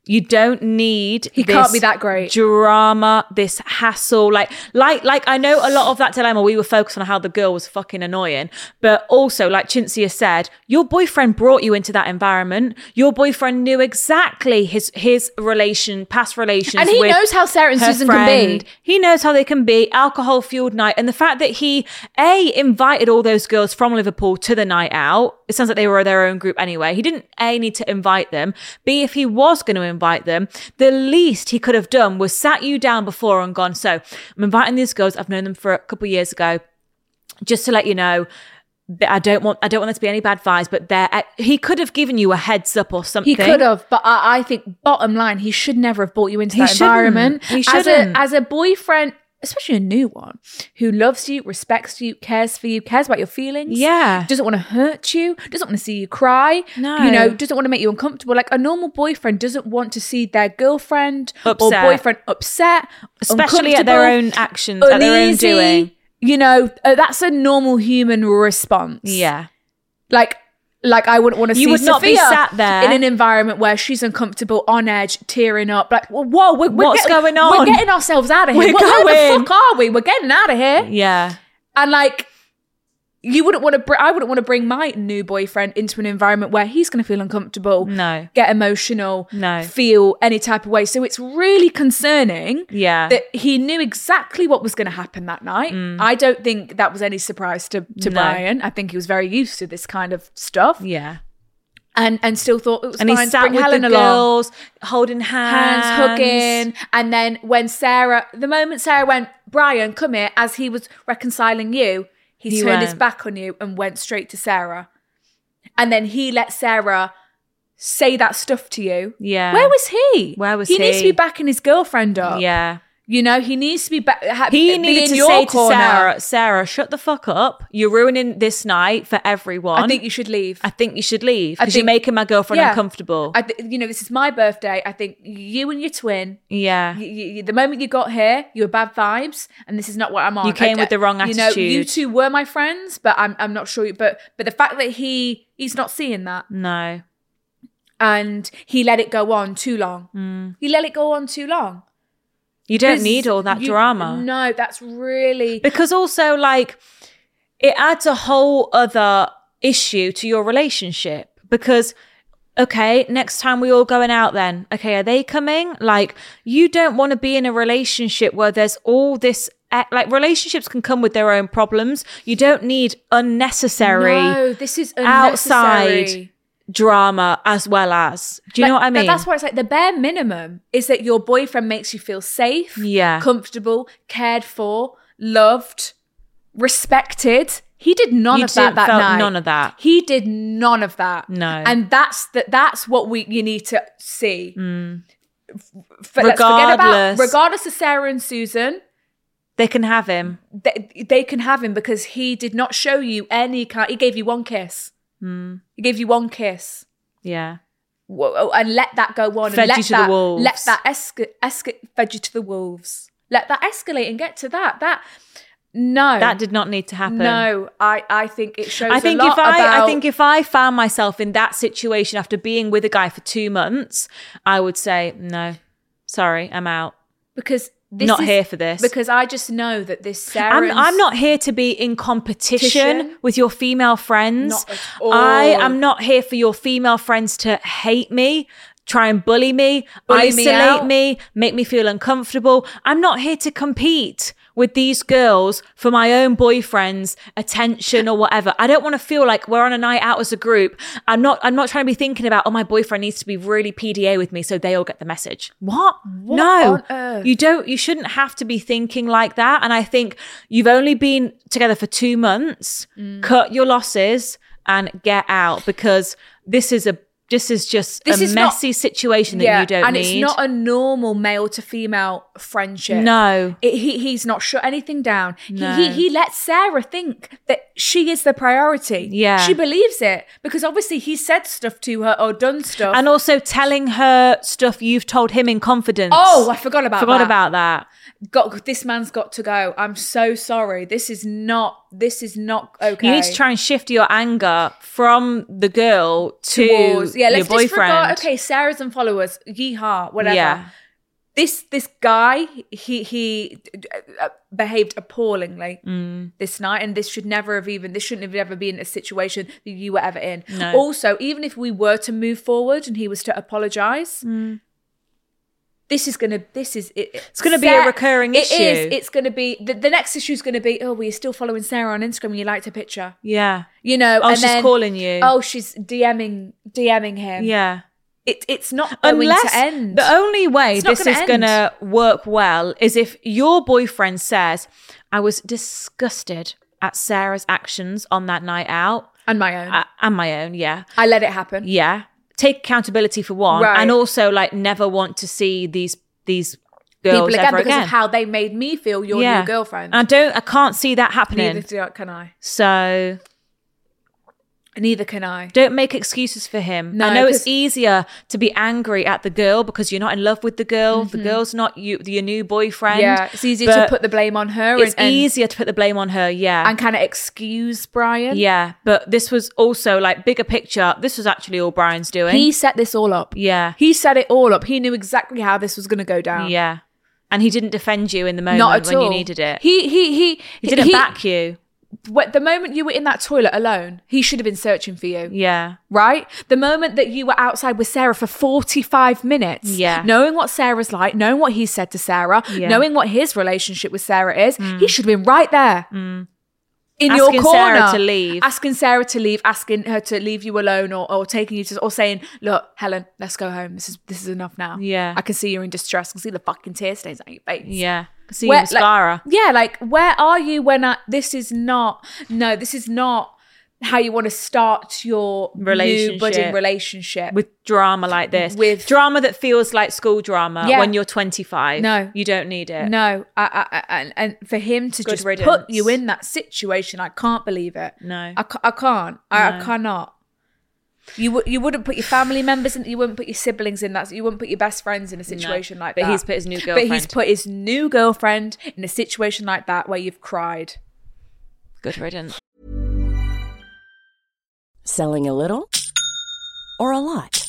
S3: You don't need
S2: He can't be that great.
S3: drama, this hassle. Like, like, like I know a lot of that dilemma. We were focused on how the girl was fucking annoying, but also, like Chintzia said, your boyfriend brought you into that environment. Your boyfriend knew exactly his his relation, past relations,
S2: And he
S3: with
S2: knows how Sarah and
S3: her
S2: Susan can be.
S3: friend. He knows how they can be alcohol fueled night, and the fact that he a invited all those girls from Liverpool to the night out. It sounds like they were their own group anyway. He didn't a need to invite them. B if he was going to invite them, the least he could have done was sat you down before and gone. So I'm inviting these girls. I've known them for a couple of years ago. Just to let you know. that I don't want. I don't want there to be any bad vibes. But there, he could have given you a heads up or something.
S2: He could have, but I, I think bottom line, he should never have brought you into
S3: He
S2: that
S3: shouldn't.
S2: environment.
S3: He
S2: As a,
S3: shouldn't.
S2: as a boyfriend, especially a new one who loves you, respects you, cares for you, cares about your feelings.
S3: Yeah.
S2: Doesn't want to hurt you, doesn't want to see you cry.
S3: No.
S2: You know, doesn't want to make you uncomfortable. Like a normal boyfriend doesn't want to see their girlfriend
S3: Upset.
S2: or boyfriend upset,
S3: Especially at their
S2: uncomfortable,
S3: own actions, at their own
S2: uneasy.
S3: doing.
S2: You know, uh, that's a normal human response.
S3: Yeah.
S2: Like, like I wouldn't want to
S3: You
S2: see
S3: would not be
S2: Sophia
S3: sat there.
S2: in an environment where she's uncomfortable, on edge, tearing up. Like, well, whoa, we're, we're
S3: What's
S2: getting-
S3: going on?
S2: We're getting ourselves out of here.
S3: We're
S2: What- Where the
S3: going.
S2: fuck are we? We're getting out of here.
S3: Yeah.
S2: And like, you wouldn't want to. Br- I wouldn't want to bring my new boyfriend into an environment where he's going to feel uncomfortable.
S3: No.
S2: Get emotional.
S3: No.
S2: Feel any type of way. So it's really concerning
S3: Yeah.
S2: that he knew exactly what was going to happen that night. I don't think that was any surprise to, to
S3: Mm. No.
S2: Brian. I think he was very used to this kind of stuff
S3: yeah.
S2: and and still thought it was
S3: And
S2: fine.
S3: he
S2: to
S3: sat
S2: bring
S3: with
S2: Helen
S3: the
S2: along.
S3: girls, holding
S2: Hands
S3: hands,
S2: hugging, and then when Sarah, the moment Sarah went, Brian, come here, as he was reconciling you, he,
S3: He
S2: turned his
S3: went-
S2: back on you and went straight to Sarah, and then he let Sarah say that stuff to you.
S3: Yeah.
S2: where was he?
S3: Where was
S2: He needs to
S3: he?
S2: be backing his girlfriend up.
S3: Yeah.
S2: You know, he needs to be back. Ha-
S3: He
S2: be
S3: needed
S2: in
S3: to
S2: your
S3: say
S2: corner.
S3: to Sarah, Sarah, shut the fuck up. You're ruining this night for everyone.
S2: I think you should leave.
S3: I think you should leave
S2: I
S3: because you're
S2: think-
S3: making my girlfriend
S2: Yeah.
S3: uncomfortable.
S2: I th- you know, this is my birthday. I think you and your twin.
S3: yeah.
S2: You, you, you- the moment you got here, you were bad vibes, and this is not what I'm on.
S3: You came
S2: I-
S3: with the wrong
S2: You know, you
S3: attitude.
S2: two were my friends, but I'm I'm not sure. You, but but the fact that he he's not seeing that,
S3: no.
S2: and he let it go on too long. He let it go on too long.
S3: Hmm. You don't need all that
S2: You-
S3: drama.
S2: No, that's really
S3: because also like it adds a whole other issue to your relationship because okay next time we all going out then okay are they coming like you don't want to be in a relationship where there's all this eh, like relationships can come with their own problems you don't need unnecessary
S2: No, this is
S3: outside
S2: unnecessary.
S3: drama as well as do you know
S2: Like,
S3: what i
S2: that-
S3: mean
S2: That's why it's like the bare minimum is that your boyfriend makes you feel safe,
S3: Yeah.
S2: comfortable, cared for, loved, respected. He did none
S3: You
S2: of that
S3: didn't
S2: that
S3: felt
S2: night.
S3: none of that.
S2: He did none of that.
S3: No.
S2: and that's that. That's what we you need to see. F-
S3: Mm. Regardless.
S2: regardless of Sarah and Susan,
S3: they can have him
S2: they, they can have him because he did not show you any kind. He gave you one kiss.
S3: Mm.
S2: He gave you one kiss
S3: yeah
S2: wo- oh, and let that go on and
S3: Fed
S2: let
S3: you to the
S2: that,
S3: wolves.
S2: Let that esca- esca- fed you to the wolves. Let that escalate and get to that. That no,
S3: that did not need to happen
S2: No, I I think it shows.
S3: I think
S2: a lot
S3: if I,
S2: about,
S3: I think if I found myself in that situation after being with a guy for two months, I would say no, sorry, I'm out.
S2: because this
S3: not
S2: is-
S3: here for this.
S2: because I just know that this Sarah.
S3: I'm, I'm not here to be in competition
S2: Competition?
S3: with your female friends.
S2: Not at
S3: I
S2: all.
S3: am not here for your female friends to hate me, try and bully me,
S2: Bully me
S3: isolate
S2: out.
S3: me, make me feel uncomfortable. I'm not here to compete with these girls for my own boyfriend's attention or whatever. I don't want to feel like we're on a night out as a group. I'm not I'm not trying to be thinking about oh my boyfriend needs to be really PDA with me so they all get the message. What? no.
S2: on earth?
S3: You don't you shouldn't have to be thinking like that and I think you've only been together for 2 months.
S2: Mm.
S3: Cut your losses and get out because this is a this is just
S2: This
S3: a
S2: is not-
S3: messy situation that you don't
S2: and
S3: need.
S2: it's not a normal male to female friendship.
S3: No.
S2: It- he, he's not shut anything down.
S3: No.
S2: He, he he lets Sarah think that she is the priority.
S3: Yeah.
S2: she believes it because obviously he said stuff to her or done stuff.
S3: and also telling her stuff you've told him in confidence.
S2: oh, I forgot about
S3: forgot
S2: that.
S3: about that.
S2: Got this man's got to go. I'm so sorry. This is not. This is not okay.
S3: You need to try and shift your anger from the girl to
S2: towards yeah. Let's
S3: your boyfriend.
S2: disregard. Okay, Sarah's and followers. Yeehaw, whatever.
S3: Yeah.
S2: This this guy he he uh, behaved appallingly
S3: Mm.
S2: this night, and this should never have even this shouldn't have ever been a situation that you were ever in.
S3: No.
S2: Also, even if we were to move forward and he was to apologize, this is gonna this is it, it's
S3: Mm. gonna be a recurring
S2: It is.
S3: issue.
S2: It's gonna be the, the next issue is gonna be oh, we're still following Sarah on Instagram and you liked her picture,
S3: Yeah.
S2: you know?
S3: Oh,
S2: and
S3: she's
S2: then-
S3: calling you.
S2: Oh, she's DMing DMing him
S3: Yeah.
S2: it, it's not going
S3: Unless
S2: to end.
S3: the only way
S2: It's not
S3: this
S2: gonna
S3: is
S2: end.
S3: going to work well is if your boyfriend says, I was disgusted at Sarah's actions on that night out
S2: and my own. I,
S3: uh, and my own. Yeah.
S2: let it happen.
S3: yeah take accountability for one
S2: Right.
S3: and also like never want to see these these girls
S2: people again
S3: ever
S2: because
S3: again.
S2: of how they made me feel your new girlfriend.
S3: I don't. I can't see that happening.
S2: Neither do I, can I.
S3: So
S2: Neither can I.
S3: don't make excuses for him.
S2: No,
S3: I know it's
S2: 'cause-
S3: easier to be angry at the girl because you're not in love with the girl. The girl's not you, your new boyfriend.
S2: Mm-hmm. yeah, it's easier to
S3: but
S2: put the blame on her
S3: It's
S2: and, and,
S3: easier to put the blame on her. Yeah.
S2: and kind of excuse Brian.
S3: yeah, but this was also like bigger picture. This was actually all Brian's doing.
S2: He set this all up.
S3: yeah,
S2: He set it all up. He knew exactly how this was going to go down.
S3: yeah, and he didn't defend you in the moment
S2: Not at
S3: when
S2: all.
S3: you needed it.
S2: He he he
S3: he didn't back you.
S2: What, the moment you were in that toilet alone, he should have been searching for you.
S3: Yeah,
S2: right? The moment that you were outside with Sarah for 45 minutes,
S3: Yeah.
S2: knowing what Sarah's like, knowing what he said to Sarah,
S3: Yeah. Mm.
S2: knowing what his relationship with Sarah is, he should have been right there. In
S3: Asking
S2: your corner,
S3: Sarah to leave.
S2: asking Sarah to leave, asking her to leave you alone, or, or taking you to, or saying, "Look, Helen, let's go home. This is this is enough now."
S3: Yeah.
S2: I can see you're in distress. I can see the fucking tear stains on your face.
S3: yeah. See
S2: Where- like-
S3: mascara.
S2: yeah, like where are you when I this is not no, this is not how you want to start your new
S3: Relationship.
S2: budding relationship.
S3: with drama like this,
S2: With-
S3: drama that feels like school drama
S2: Yeah.
S3: when you're 25.
S2: No.
S3: you don't need it.
S2: no, I, I, I, and and for him to
S3: Good
S2: just
S3: riddance.
S2: put you in that situation, I can't believe it.
S3: No.
S2: I, ca- I can't. I, I cannot. You would you wouldn't put your family members in. You wouldn't put your siblings in that. You wouldn't put your best friends in a situation like
S3: but
S2: that.
S3: he's put his new
S2: But he's
S3: girlfriend.
S2: put his new girlfriend in a situation like that where you've cried.
S3: good riddance.
S1: Selling a little or a lot?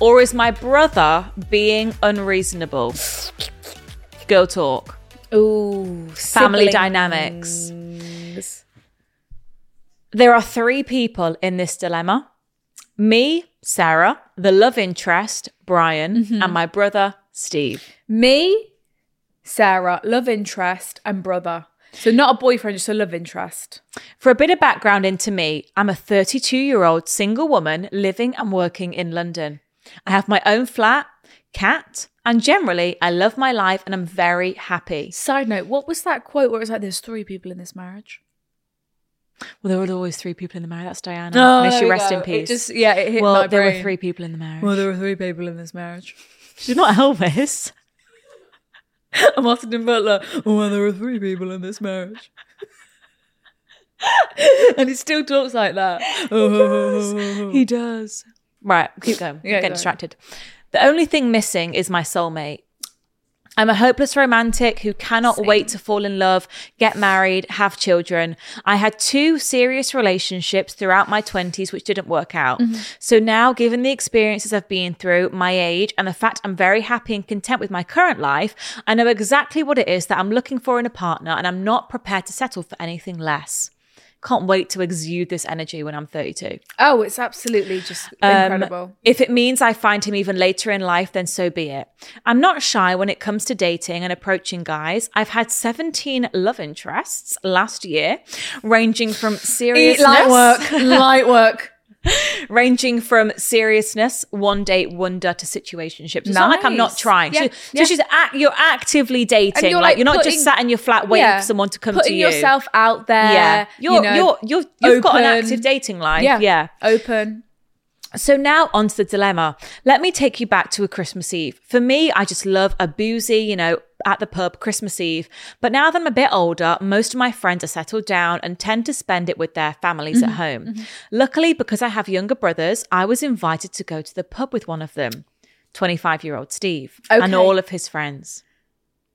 S3: or is my brother being unreasonable? Girl talk,
S2: Ooh,
S3: family
S2: siblings.
S3: dynamics. There are three people in this dilemma me, Sarah, the love interest, Brian, and my brother, Steve.
S2: Me, Sarah, love interest, and brother. So not a boyfriend, just a love interest.
S3: For a bit of background into me, I'm a 32 year old single woman living and working in London. I have my own flat, cat, and generally I love my life and I'm very happy.
S2: Side note, what was that quote where it was like, there's three people in this marriage?
S3: Well, there were always three people in the marriage. That's Diana.
S2: Oh,
S3: May she
S2: there we
S3: rest
S2: go.
S3: in
S2: It
S3: peace.
S2: just- yeah, it hit
S3: well,
S2: my
S3: there were
S2: brain.
S3: three people in the marriage.
S2: were three people in this marriage.
S3: She's not Elvis.
S2: I'm Austin Butler. Well, oh, there were three people in this marriage. and he still talks like that.
S3: He does. Mm-hmm. Right, keep going.
S2: Yeah,
S3: Get
S2: go.
S3: distracted. The only thing missing is my soulmate. I'm a hopeless romantic who cannot wait to fall in love, get married, have children. I had two serious relationships throughout my 20s which didn't work out. So now, given the experiences I've been through, my age, and the fact I'm very happy and content with my current life, I know exactly what it is that I'm looking for in a partner and I'm not prepared to settle for anything less. Can't wait to exude this energy when I'm 32.
S2: Oh, it's absolutely just
S3: Um,
S2: incredible.
S3: If it means I find him even later in life, then so be it. I'm not shy when it comes to dating and approaching guys. I've had 17 love interests last year, ranging from seriousness,
S2: light work.
S3: ranging from seriousness, one date wonder to situationships. It's not like I'm not
S2: Nice.
S3: trying.
S2: Yeah,
S3: So,
S2: yeah.
S3: so she's act, you're actively dating.
S2: you're,
S3: you're,
S2: like,
S3: like, you're not
S2: putting-
S3: just sat in your flat waiting for someone to come
S2: Putting
S3: to you.
S2: yourself out there.
S3: yeah, you're,
S2: you know,
S3: you're, you're, you've got an
S2: open.
S3: active dating life.
S2: Yeah.
S3: yeah.
S2: Open.
S3: So now on to the dilemma. Let me take you back to a Christmas Eve. For me, I just love a boozy, you know, at the pub Christmas Eve. But now that I'm a bit older, most of my friends are settled down and tend to spend it with their families
S2: Mm-hmm.
S3: at home. Luckily, because I have younger brothers, I was invited to go to the pub with one of them, 25 year old Steve, and
S2: Okay.
S3: all of his friends.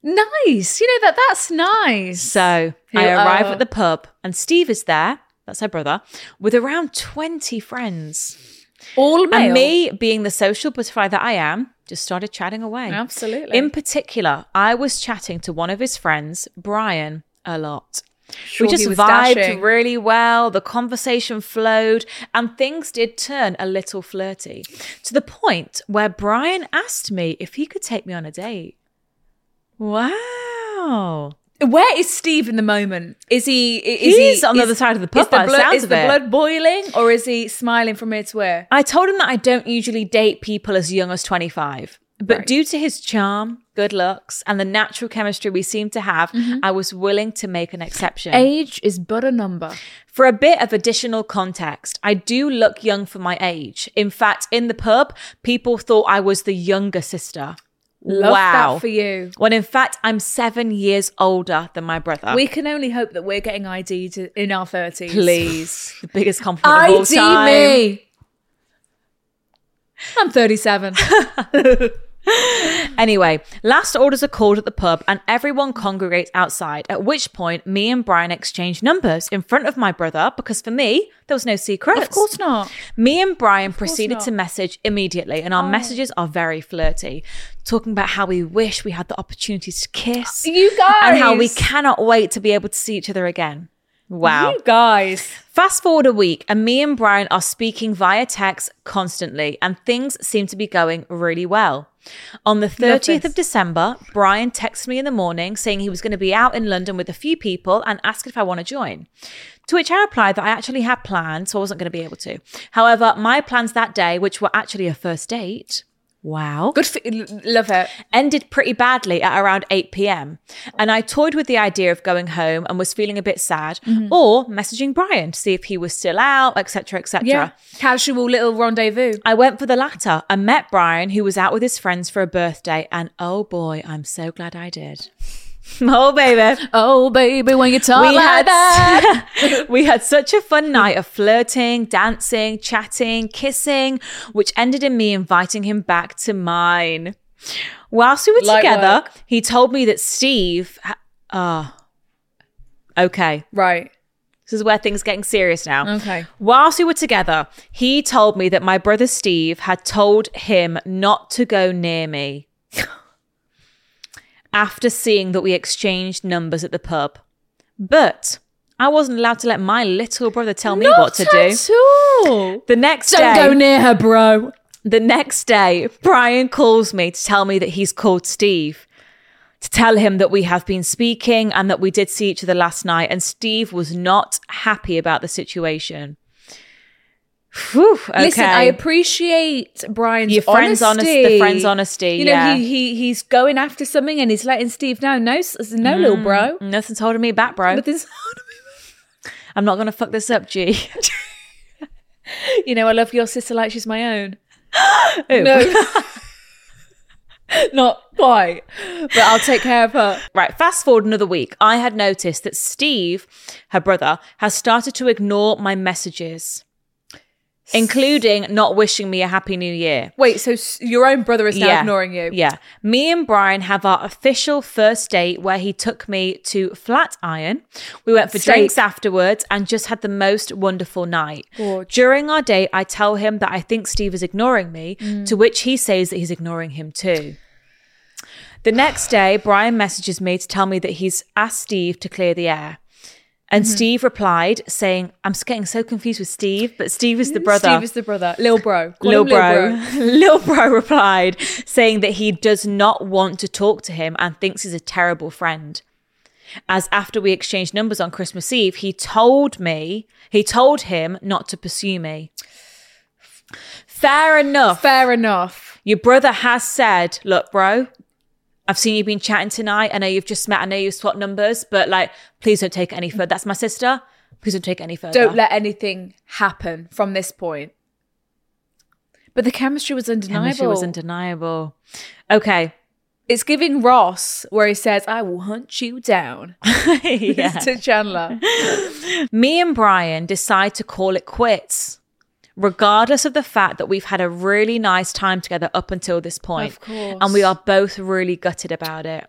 S2: Nice. You know that that's nice.
S3: So
S2: Who
S3: I arrive
S2: are-
S3: at the pub, and Steve is there. That's her brother, with around twenty friends.
S2: all male.
S3: And me, being the social butterfly that I am, just started chatting away.
S2: Absolutely.
S3: In particular, I was chatting to one of his friends, Brian, a lot.
S2: Sure
S3: we
S2: he
S3: just
S2: was
S3: vibed
S2: dashing.
S3: really well. The conversation flowed, and things did turn a little flirty to the point where Brian asked me if he could take me on a date. Wow.
S2: Where is Steve in the moment? Is he? i- Is
S3: He's
S2: he,
S3: on the other side of the pub by the
S2: blood,
S3: sounds
S2: is
S3: of
S2: the
S3: it.
S2: blood boiling, or is he smiling from ear to ear?
S3: I told him that I don't usually date people as young as 25. But
S2: Right.
S3: due to his charm, good looks, and the natural chemistry we seem to have, I was willing to make an exception.
S2: Age is but Mm-hmm. a number.
S3: For a bit of additional context, I do look young for my age. In fact, in the pub, people thought I was the younger sister.
S2: Love
S3: wow.
S2: that for you.
S3: When in fact, I'm seven years older than my brother.
S2: We can only hope that we're getting ID'd in our thirties.
S3: please. the biggest compliment of all
S2: ID
S3: time.
S2: me. I'm 37.
S3: Anyway, last orders are called at the pub and everyone congregates outside, at which point me and Brian exchange numbers in front of my brother because for me, there was no secrets.
S2: of course not.
S3: Me and Brian proceeded
S2: not. Oh.
S3: to message immediately and our messages are very flirty, talking about how we wish we had the opportunity to kiss
S2: You guys.
S3: and how we cannot wait to be able to see each other again. Wow.
S2: You guys.
S3: Fast forward a week, and me and Brian are speaking via text constantly, and things seem to be going really well. On the 30th of December, Brian texted me in the morning saying he was going to be out in London with a few people and asked if I want to join. To which I replied that I actually had plans, so I wasn't going to be able to. However, my plans that day, which were actually a first date, wow,
S2: Good for l- love it.
S3: ended pretty badly at around 8 p.m. And I toyed with the idea of going home and was feeling a bit sad or messaging Brian to see if he was still out, etc., etc.
S2: Yeah. Casual little rendezvous.
S3: I went for the latter and met Brian, who was out with his friends for a birthday. And oh boy, I'm so glad I did. oh, baby.
S2: Oh, baby, when you talk
S3: we had we had such a fun night of flirting, dancing, chatting, kissing, which ended in me inviting him back to mine. Whilst we were
S2: Light
S3: together,
S2: work.
S3: he told me that Steve. ha- Ah, okay.
S2: Right.
S3: This is where things are getting serious now.
S2: Okay.
S3: Whilst we were together, he told me that my brother Steve had told him not to go near me after seeing that we exchanged numbers at the pub. But I wasn't allowed to let my little brother tell me what to do.
S2: at all.
S3: The next
S2: Don't
S3: day,
S2: go near her, bro.
S3: the next day, Brian calls me to tell me that he's called Steve to tell him that we have been speaking and that we did see each other last night. And Steve was not happy about the situation. Whew, okay.
S2: Listen, I appreciate Brian's
S3: Your friend's honest-
S2: honesty.
S3: the friend's honesty,
S2: You know,
S3: yeah.
S2: he, he he's going after something and he's letting Steve know. No, s- no, little bro.
S3: Nothing's holding me back, Mm, bro.
S2: But this,
S3: I'm not going to fuck this up, G.
S2: you know, I love your sister like she's my own.
S3: Ooh.
S2: No, not quite. But I'll take care of her.
S3: Right, fast forward another week. I had noticed that Steve, her brother, has started to ignore my messages, including not wishing me a happy new year.
S2: Wait, so s- your own brother is now ignoring you?
S3: Yeah. Me and Brian have our official first date where he took me to Flatiron. We went for
S2: Steak.
S3: drinks afterwards and just had the most wonderful night.
S2: Gorge.
S3: During our date, I tell him that I think Steve is ignoring me,
S2: Mm.
S3: to which he says that he's ignoring him too. The next day, Brian messages me to tell me that he's asked Steve to clear the air. And
S2: Mm-hmm.
S3: Steve replied, saying, I'm just getting so confused with Steve, but Steve is the brother.
S2: Steve is the brother. Lil bro. Call
S3: Lil
S2: him Lil
S3: Bro. Lil Bro replied, saying that he does not want to talk to him and thinks he's a terrible friend. As after we exchanged numbers on Christmas Eve, he told me, he told him not to pursue me. Fair enough.
S2: Fair enough.
S3: Your brother has said, look, bro, I've seen you've been chatting tonight. I know you've just met. I know you swapped numbers, but like, please don't take it any further. That's my sister. Please don't take it any further.
S2: Don't let anything happen from this point. But the chemistry was undeniable.
S3: Chemistry was undeniable. Okay.
S2: It's giving Ross where he says, "I will hunt you down."
S3: Yeah.
S2: to Chandler.
S3: Me and Brian decide to call it quits, regardless of the fact that we've had a really nice time together up until this point.
S2: Of course.
S3: And we are both really gutted about it.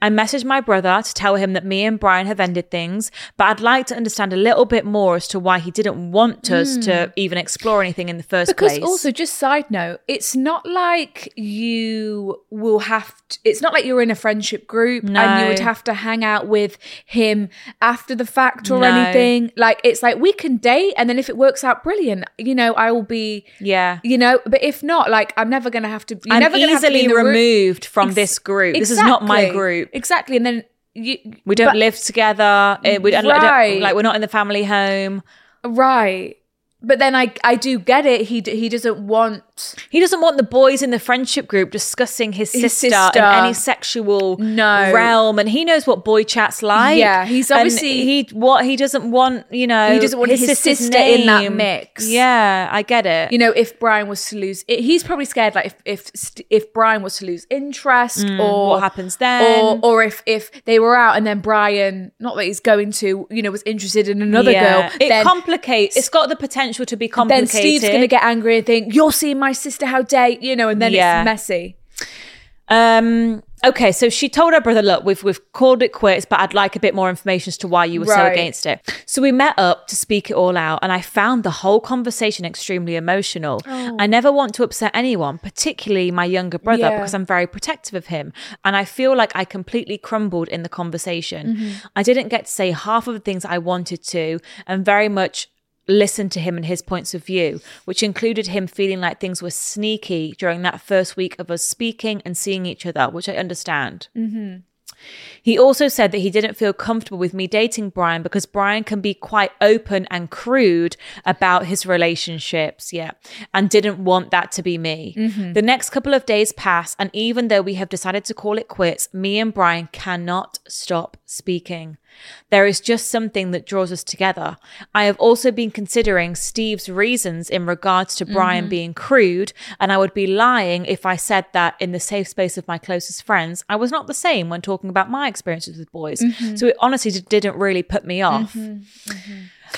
S3: I messaged my brother to tell him that me and Brian have ended things, but I'd like to understand a little bit more as to why he didn't want us to even explore anything in the first
S2: Hmm. Because
S3: place.
S2: also, just side note, it's not like you will have. To, it's not like you're in a friendship group and you
S3: No.
S2: would have to hang out with him after the fact or
S3: No.
S2: anything. Like it's like we can date, and then if it works out, brilliant. You know, I will be.
S3: yeah.
S2: You know, but if not, like I'm never gonna have to. You're
S3: I'm
S2: never gonna have to be
S3: easily
S2: in the room-
S3: removed from
S2: Ex-
S3: this group. This is not my
S2: Exactly.
S3: group.
S2: Exactly, and then you.
S3: We don't
S2: but-
S3: live together. eh, We don't, I don't-
S2: Right.
S3: like we're not in the family home.
S2: right. But then I I do get it. He d- he doesn't want
S3: He doesn't want the boys in the friendship group discussing his sister,
S2: His sister.
S3: in any sexual
S2: No.
S3: realm, and he knows what boy chat's like.
S2: Yeah, he's
S3: And
S2: obviously-
S3: he what he doesn't want. You know,
S2: He doesn't want his
S3: sister's
S2: sister in that mix.
S3: Yeah, I get it.
S2: you know if brian was to lose it, he's probably scared like if if st- if brian was to lose interest or
S3: Mm, what happens then?
S2: or or if if they were out and then brian not that he's going to you know was interested in another
S3: Yeah.
S2: girl
S3: It
S2: then
S3: complicates. It's got the potential to be
S2: then
S3: complicated.
S2: steve's gonna get angry and think you're seeing my sister how dare you You know and then
S3: Yeah.
S2: it's messy
S3: Um. Okay, so she told her brother, "Look, we've we've called it quits, but I'd like a bit more information as to why you were so
S2: Right.
S3: against it." So we met up to speak it all out, and I found the whole conversation extremely emotional. I never want to upset anyone, particularly my younger brother,
S2: Yeah.
S3: because I'm very protective of him, and I feel like I completely crumbled in the conversation. I didn't get to say half of the things I wanted to, and very much listened to him and his points of view, which included him feeling like things were sneaky during that first week of us speaking and seeing each other, which I understand. He also said that he didn't feel comfortable with me dating Brian because Brian can be quite open and crude about his relationships, yeah, and didn't want that to be me. The next couple of days pass, and even though we have decided to call it quits, me and Brian cannot stop speaking. There is just something that draws us together. I have also been considering Steve's reasons in regards to Brian being crude, and I would be lying if I said that in the safe space of my closest friends, I was not the same when talking about my experiences with boys. So it honestly d- didn't really put me off.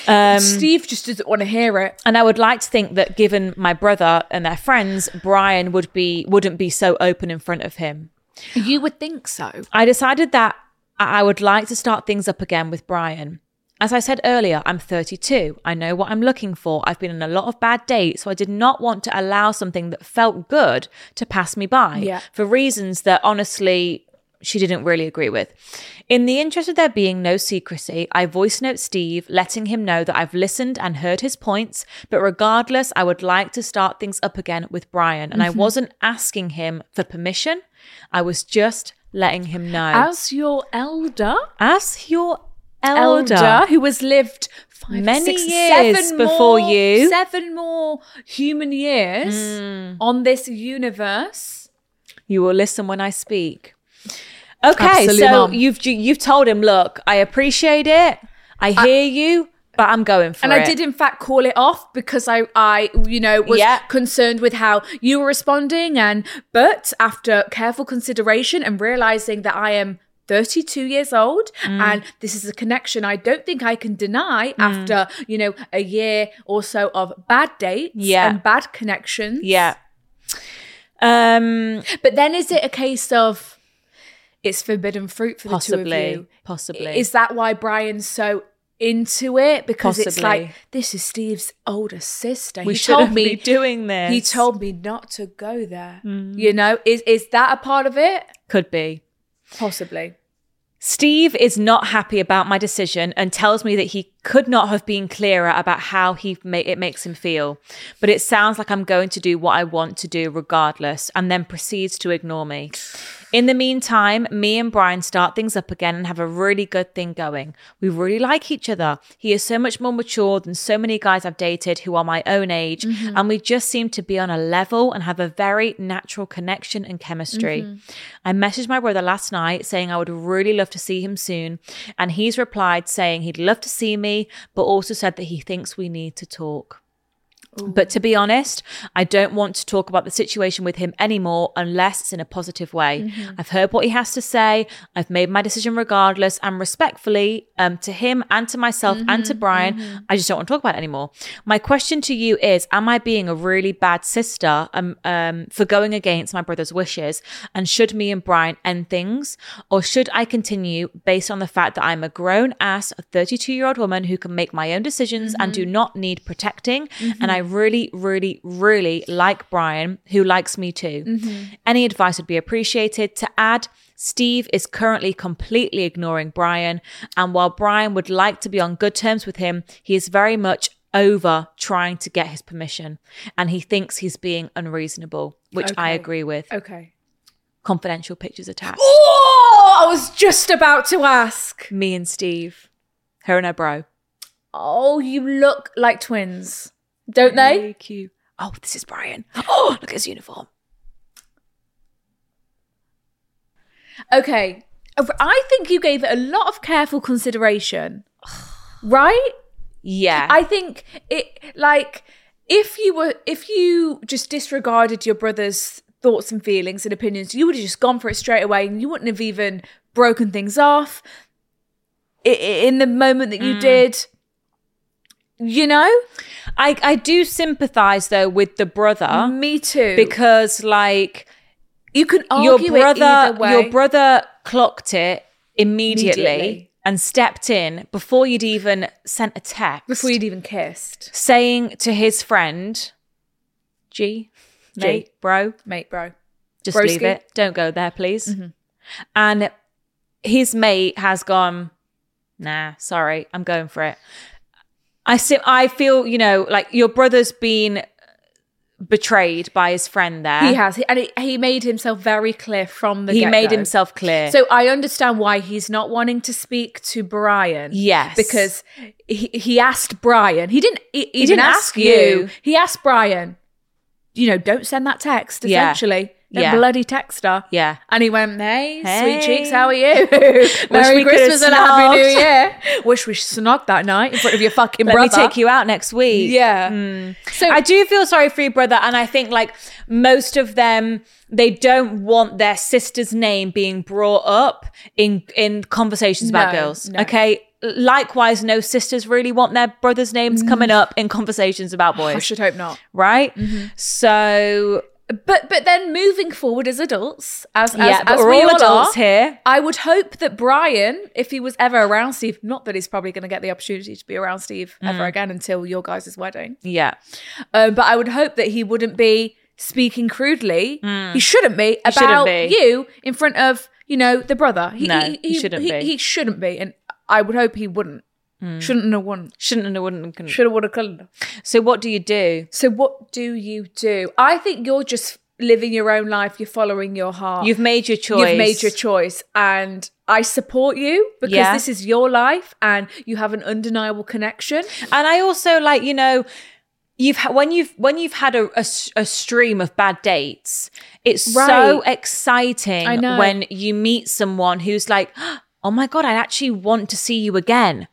S3: Um,
S2: steve just doesn't want to hear it
S3: and I would like to think that, given my brother and their friends, Brian would be wouldn't be so open in front of him.
S2: you would think so
S3: I decided that I I would like to start things up again with Brian. As I said earlier, I'm 32. I know what I'm looking for. I've been on a lot of bad dates, so I did not want to allow something that felt good to pass me by
S2: Yeah.
S3: for reasons that honestly she didn't really agree with. In the interest of there being no secrecy, I voice note Steve, letting him know that I've listened and heard his points, but regardless, I would like to start things up again with Brian. And I wasn't asking him for permission, I was just letting him know.
S2: as your elder
S3: As your elder.
S2: elder, who has lived five,
S3: Many
S2: six,
S3: years
S2: seven
S3: before
S2: more-
S3: you.
S2: seven more human years on this universe.
S3: You will listen when I speak. Okay,
S2: Absolute
S3: so
S2: mum.
S3: you've you- you've told him, look, I appreciate it. I hear you, but I'm going for
S2: And
S3: it.
S2: I did, in fact, call it off because I, I, you know, was
S3: Yeah.
S2: concerned with how you were responding. And but after careful consideration and realizing that I am 32 years old
S3: Mm.
S2: and this is a connection I don't think I can deny after, you know, a year or so of bad dates
S3: Yeah.
S2: and bad connections.
S3: Yeah. Um
S2: But then is it a case of it's forbidden fruit for the two of
S3: possibly.
S2: you?
S3: Possibly.
S2: Is that why Brian's so into it? Because it's
S3: Possibly.
S2: like this is Steve's older sister.
S3: we
S2: he
S3: shouldn't
S2: told me
S3: be doing this. Mm.
S2: he told me not to go there. You know, is is that a part of it?
S3: could be.
S2: Possibly.
S3: Steve is not happy about my decision and tells me that he could not have been clearer about how he ma- it makes him feel. But it sounds like I'm going to do what I want to do regardless, and then proceeds to ignore me. In the meantime, me and Brian start things up again and have a really good thing going. We really like each other. He is so much more mature than so many guys I've dated who are my own age, and we just seem to be on a level and have a very natural connection and chemistry. I messaged my brother last night saying I would really love to see him soon, and he's replied saying he'd love to see me, but also said that he thinks we need to talk. But to be honest, I don't want to talk about the situation with him anymore unless it's in a positive way. I've heard what he has to say. I've made my decision regardless and respectfully um, to him and to myself and to Brian. I just don't want to talk about it anymore. My question to you is Am I being a really bad sister um, um, for going against my brother's wishes? And should me and Brian end things? Or should I continue based on the fact that I'm a grown ass 32 year old woman who can make my own decisions and do not need protecting? And I really, really, really like Brian, who likes me too. Any advice would be appreciated. To add, Steve is currently completely ignoring Brian. And while Brian would like to be on good terms with him, he is very much over trying to get his permission and he thinks he's being unreasonable, which I agree with.
S2: Okay.
S3: Confidential pictures attached.
S2: Oh, I was just about to ask.
S3: Me and Steve, her and her bro.
S2: Oh, you look like twins, don't they?
S3: Really cute. Oh, this is Brian. Oh, look at his uniform.
S2: Okay. I think you gave it a lot of careful consideration, right?
S3: Yeah.
S2: I think it like if you were if you just disregarded your brother's thoughts and feelings and opinions, you would have just gone for it straight away, and you wouldn't have even broken things off. I- i- In the moment that you
S3: Hmm.
S2: did, you know,
S3: I, I do sympathize though with the brother
S2: me too.
S3: Ah. because like
S2: you can
S3: your
S2: argue it
S3: brother
S2: either way.
S3: your brother clocked it immediately,
S2: Immediately.
S3: and stepped in before you'd even sent a text
S2: before you'd e- even kissed,
S3: saying to his friend G,
S2: G.
S3: mate, bro,
S2: mate, bro.
S3: just
S2: Broski. Mm-hmm.
S3: leave it. Don't go there, please. And his mate has gone, nah, sorry, I'm going for it. I si- I feel, you know, like your brother's been betrayed by his friend there.
S2: He has, and he, he made himself very clear from the.
S3: He made
S2: get-go.
S3: himself clear.
S2: So I understand why he's not wanting to speak to Brian.
S3: Yes.
S2: because he, he asked Brian. He didn't he, even
S3: didn't
S2: ask,
S3: ask
S2: you.
S3: you.
S2: He asked Brian. You know, don't send that text.
S3: Yeah.
S2: Essentially, Don't
S3: Yeah.
S2: bloody text her.
S3: yeah.
S2: And he went, hey, sweet
S3: Hey.
S2: cheeks, how are you? Merry
S3: we could
S2: Christmas and
S3: have
S2: Happy New
S3: snogged."
S2: Year. Wish we snogged that night in front of your Hmm. fucking
S3: Let
S2: brother.
S3: me take you out next week.
S2: Yeah. So
S3: I do feel sorry for your brother, and I think like most of them, they don't want their sister's name being brought up in in conversations about
S2: No,
S3: girls.
S2: no.
S3: Okay. Likewise, no sisters really want their brothers' names coming up in conversations about
S2: Mm. Oh, I
S3: boys,
S2: should Mm-hmm. hope not.
S3: right? So
S2: But but then moving forward as adults, as as,
S3: yeah, but
S2: as
S3: we're
S2: we
S3: all adults
S2: are,
S3: here.
S2: I would hope that Brian, if he was ever around Steve, not that he's probably going to get the opportunity to be around Steve ever
S3: Mm.
S2: again until your guys' wedding,
S3: Yeah,
S2: um, but I would hope that he wouldn't be speaking crudely. He shouldn't be
S3: Mm. shouldn't
S2: about
S3: be.
S2: you in front of you know the brother. He,
S3: No, he shouldn't
S2: he,
S3: be. Mm.
S2: He shouldn't be, and I would hope he wouldn't. Shouldn't and wouldn't.
S3: shouldn't and wouldn't. couldn't.
S2: Shoulda, woulda, coulda.
S3: So what do you do?
S2: So what do you do? I think you're just living your own life. You're following your heart.
S3: You've made your choice.
S2: You've made your choice, and I support you because
S3: Yeah.
S2: this is your life, and you have an undeniable connection.
S3: and I also like you know you've ha- when you've when you've had a, a s- a stream of bad dates it's so
S2: Right.
S3: exciting
S2: I know.
S3: when you meet someone who's like oh my god I actually want to see you again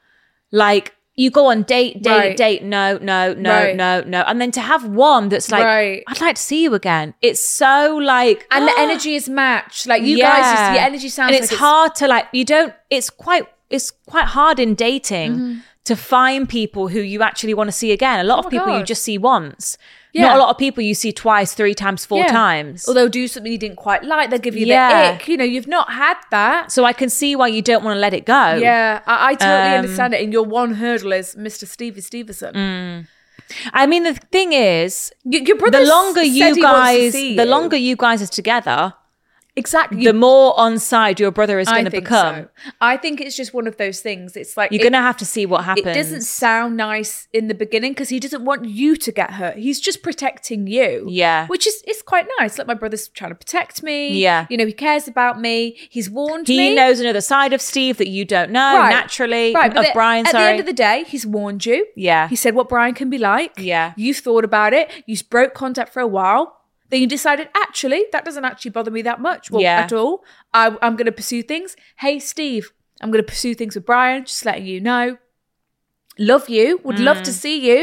S3: like you go on date date
S2: Right.
S3: date no no no
S2: Right.
S3: no no and then to have one that's like
S2: Right.
S3: I'd like to see you again it's so like
S2: And the energy is matched. Like you guys, just, your energy sounds.
S3: Ah. and
S2: like
S3: it's hard to like you don't it's quite it's quite hard in dating to find people who you actually want to see again a lot of
S2: Mm-hmm. Oh my
S3: people you
S2: God.
S3: just see once
S2: Yeah.
S3: not a lot of people you see twice three times four
S2: Yeah.
S3: times
S2: Or they'll do something you didn't quite like. They give you
S3: Yeah.
S2: the ick. You know, you've not had that.
S3: so i can see why you don't want to let it go
S2: Yeah, I, I totally
S3: Um, Mm.
S2: understand it. And your one hurdle is Mr. Stevie Stevenson.
S3: i mean the thing is
S2: Y- your brother.
S3: the longer
S2: said
S3: you
S2: he wants to
S3: guys
S2: see
S3: the
S2: you.
S3: longer you guys is together
S2: exactly.
S3: the more on side your brother is
S2: I
S3: going to
S2: think
S3: become
S2: so. I think it's just one of those things. It's like
S3: you're
S2: it-
S3: going to have to see what happens
S2: It doesn't sound nice in the beginning because he doesn't want you to get hurt. He's just protecting you.
S3: Yeah.
S2: Which is it's quite nice. Like my brother's trying to protect me.
S3: Yeah.
S2: You know, he cares about me. He's warned
S3: he
S2: me.
S3: knows another side of steve that you don't know
S2: Right.
S3: naturally
S2: Right, but
S3: of
S2: the-
S3: brian
S2: at
S3: sorry
S2: the end of the day, he's warned you.
S3: Yeah.
S2: He said what Brian can be like.
S3: Yeah.
S2: You've thought about it. You broke contact for a while. Then you decided, actually, that doesn't actually bother me that much well,
S3: Yeah.
S2: at all. I, I'm going to pursue things. Hey, Steve, I'm
S3: Mm.
S2: going to pursue things with Brian, just letting you know. Love you. Would love to see you.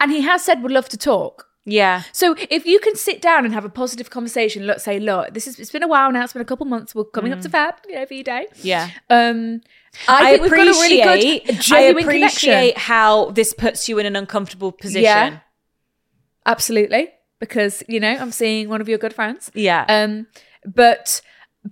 S2: And he has said would love to talk.
S3: Yeah.
S2: So if you can sit down and have a positive conversation, look, say, look, this is it's been a while now, it's been a couple months, we're coming
S3: Mm.
S2: up to Fab, you know, V Day.
S3: Yeah.
S2: Um
S3: I,
S2: I, think we've got a
S3: appreciate,
S2: really good
S3: I
S2: genuine
S3: appreciate
S2: connection.
S3: how this puts you in an uncomfortable position.
S2: Yeah. Absolutely. Because, you know, I'm seeing one of your good friends.
S3: Yeah.
S2: Um, but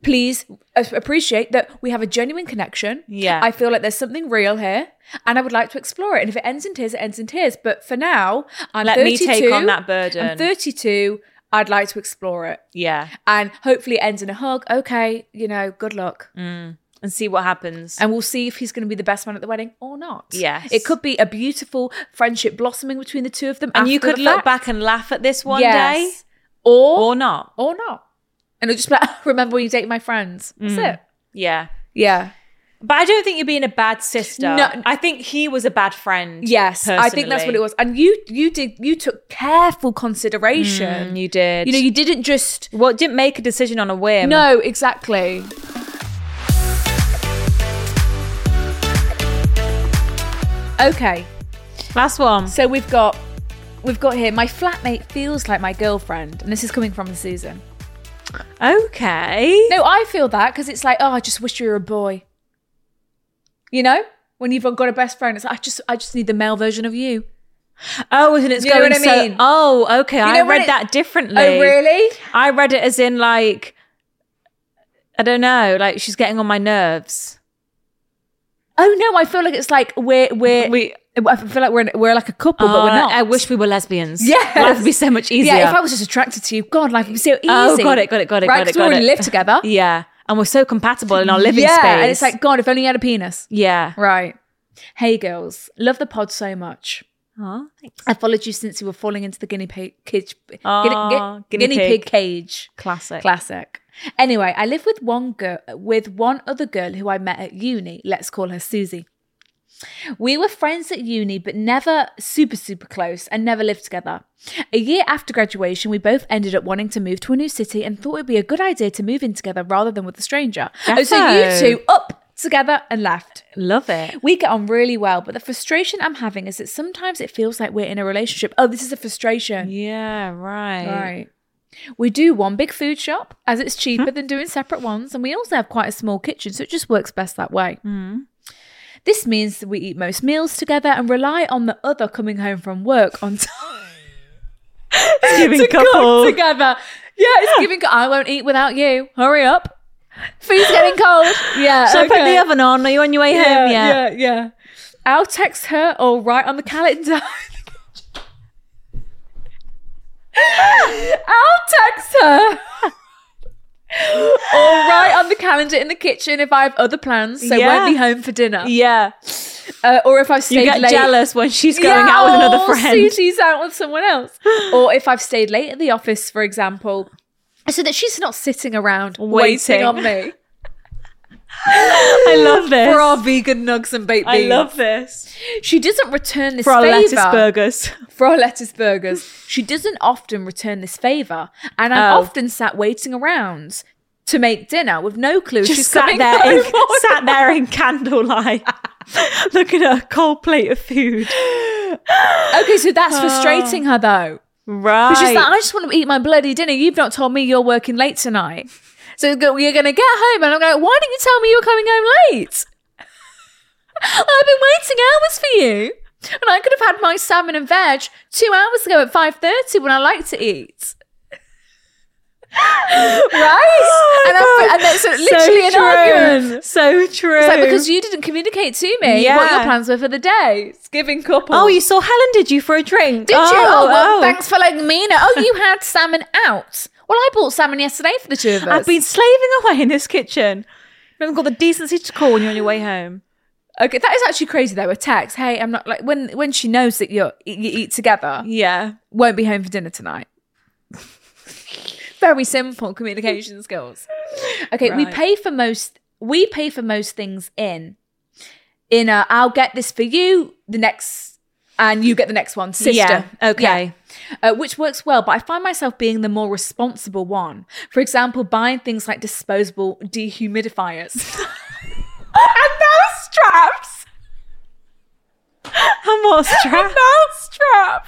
S2: please a- appreciate that we have a genuine connection.
S3: Yeah.
S2: I feel like there's something real here and I would like to explore it. And if it ends in tears, it ends in tears. But for now, I'm
S3: Let me take
S2: 32,
S3: on that burden.
S2: I'm 32. I'd like to explore it.
S3: yeah.
S2: And hopefully it ends in a hug. Okay, you know, good luck.
S3: And see what happens.
S2: And we'll see if he's going to be the best man at the wedding or not.
S3: Yes.
S2: It could be a beautiful friendship blossoming between the two of them.
S3: And you
S2: after
S3: could
S2: the
S3: look
S2: fact.
S3: back and laugh at this one
S2: Yes.
S3: day
S2: Or,
S3: or not.
S2: or not. And it'll just be like, remember when you dated my friends. That's
S3: Mm.
S2: it.
S3: Yeah.
S2: Yeah.
S3: But I don't think you're being a bad sister.
S2: No.
S3: I think he was a bad friend.
S2: Yes. I think that's what it
S3: personally.
S2: was. And you you did you took careful consideration.
S3: Mm, you did.
S2: you know, you didn't just
S3: well, didn't make a decision on a whim.
S2: No, exactly. Okay.
S3: Last one.
S2: So we've got we've got here my flatmate feels like my girlfriend and this is coming from Susan.
S3: Okay.
S2: No, I feel that because it's like, oh, I just wish you were a boy. You know, when you've got a best friend, it's like I just, I just need the male version of you.
S3: Oh, and it's
S2: You know
S3: going
S2: what I
S3: so-
S2: mean?
S3: oh, okay.
S2: You
S3: I
S2: know when
S3: read
S2: it-
S3: that differently.
S2: Oh, really?
S3: I read it as in like I don't know, like she's getting on my nerves.
S2: Oh no, I feel like it's like we're we're
S3: We-
S2: I feel like we're in, we're like a couple, but we're
S3: Uh,
S2: not.
S3: I wish we were lesbians.
S2: Yes.
S3: life would be so much easier.
S2: Yeah, if I was just attracted to you, God, life would be so easy.
S3: Oh, got it, got it, got it,
S2: Right,
S3: got it,
S2: 'cause we
S3: got
S2: already
S3: it.
S2: live together.
S3: yeah, and we're so compatible in our living
S2: yeah,
S3: space.
S2: and it's like God, if only you had a penis.
S3: yeah,
S2: Right. Hey, girls, love the pod so much.
S3: Aw, thanks.
S2: I followed you since you were falling into the guinea pig cage. guinea-
S3: Aw,
S2: guinea,
S3: Ah, guinea
S2: pig
S3: pig.
S2: cage.
S3: classic.
S2: Classic. Anyway, I live with one girl with one other girl who I met at uni. Let's call her Susie. We were friends at uni, but never super, super close and never lived together. A year after graduation, we both ended up wanting to move to a new city and thought it would be a good idea to move in together rather than with a stranger. Oh, so you
S3: Defo.
S2: two up together and left.
S3: Love it.
S2: We get on really well, but the frustration I'm having is that sometimes it feels like we're in a relationship. Oh, this is a frustration.
S3: Yeah, right.
S2: Right. We do one big food shop as it's cheaper
S3: Hmm.
S2: than doing separate ones, and we also have quite a small kitchen, so it just works best that way.
S3: Hmm.
S2: This means that we eat most meals together and rely on the other coming home from work on time
S3: It's giving
S2: to
S3: couple.
S2: cook together. Yeah, it's giving. I won't eat without you. Hurry up. Food's getting cold. Yeah.
S3: Shall I put
S2: okay.
S3: the oven on? Are you on your way home? Yeah.
S2: yeah, yeah. I'll text her or write on the calendar. I'll text her or write on the calendar in the kitchen if I have other plans, so
S3: Yeah.
S2: won't be home for dinner,
S3: Yeah.
S2: uh, or if I've stayed
S3: You get
S2: late.
S3: jealous when she's going
S2: Yeah,
S3: out with another
S2: oh,
S3: friend.
S2: Susie's out with someone else, or if I've stayed late at the office, for example, so that she's not sitting around waiting,
S3: Waiting.
S2: on me
S3: I love this.
S2: for our vegan nugs and baked
S3: I
S2: beans.
S3: love this.
S2: She doesn't return this
S3: For our
S2: favor.
S3: lettuce burgers.
S2: for our lettuce burgers. She doesn't often return this favour, and I'm
S3: Oh.
S2: often sat waiting around to make dinner with no clue
S3: Just
S2: she's
S3: sat
S2: coming
S3: there, in,
S2: home or
S3: sat
S2: not.
S3: there in candlelight, looking at a cold plate of food.
S2: Okay, so
S3: Oh.
S2: that's frustrating her though.
S3: Right.
S2: But she's like, I just want to eat my bloody dinner. You've not told me you're working late tonight. So go- you're going to get home, and I'm going. Why didn't you tell me you were coming home late? I've been waiting hours for you, and I could have had my salmon and veg two hours ago at five thirty when I like to eat. right?
S3: Oh my
S2: and, I,
S3: God.
S2: and that's
S3: So
S2: literally
S3: true.
S2: an argument.
S3: So true.
S2: It's like because you didn't communicate to me what your
S3: Yeah.
S2: plans were for the day. It's giving couple.
S3: oh, you saw Helen, did you, for a drink?
S2: Did
S3: oh,
S2: you? Oh, well,
S3: oh.
S2: thanks for letting me know. Oh, you had salmon out. Well, I bought salmon yesterday for the two of us.
S3: I've been slaving away in this kitchen. You haven't got the decency to call when you're on your way home.
S2: okay. That is actually crazy though. A text. Hey, I'm not like when when she knows that you're you eat together.
S3: Yeah.
S2: Won't be home for dinner tonight. Very simple communication skills. Okay, we
S3: Right.
S2: pay for most. We pay for most things in. In a, I'll get this for you the next, and you get the next one, sister.
S3: Yeah, okay.
S2: Yeah. uh, which works well, but I find myself being the more responsible one. For example, buying things like disposable dehumidifiers and those straps.
S3: A mousetrap.
S2: Mousetrap.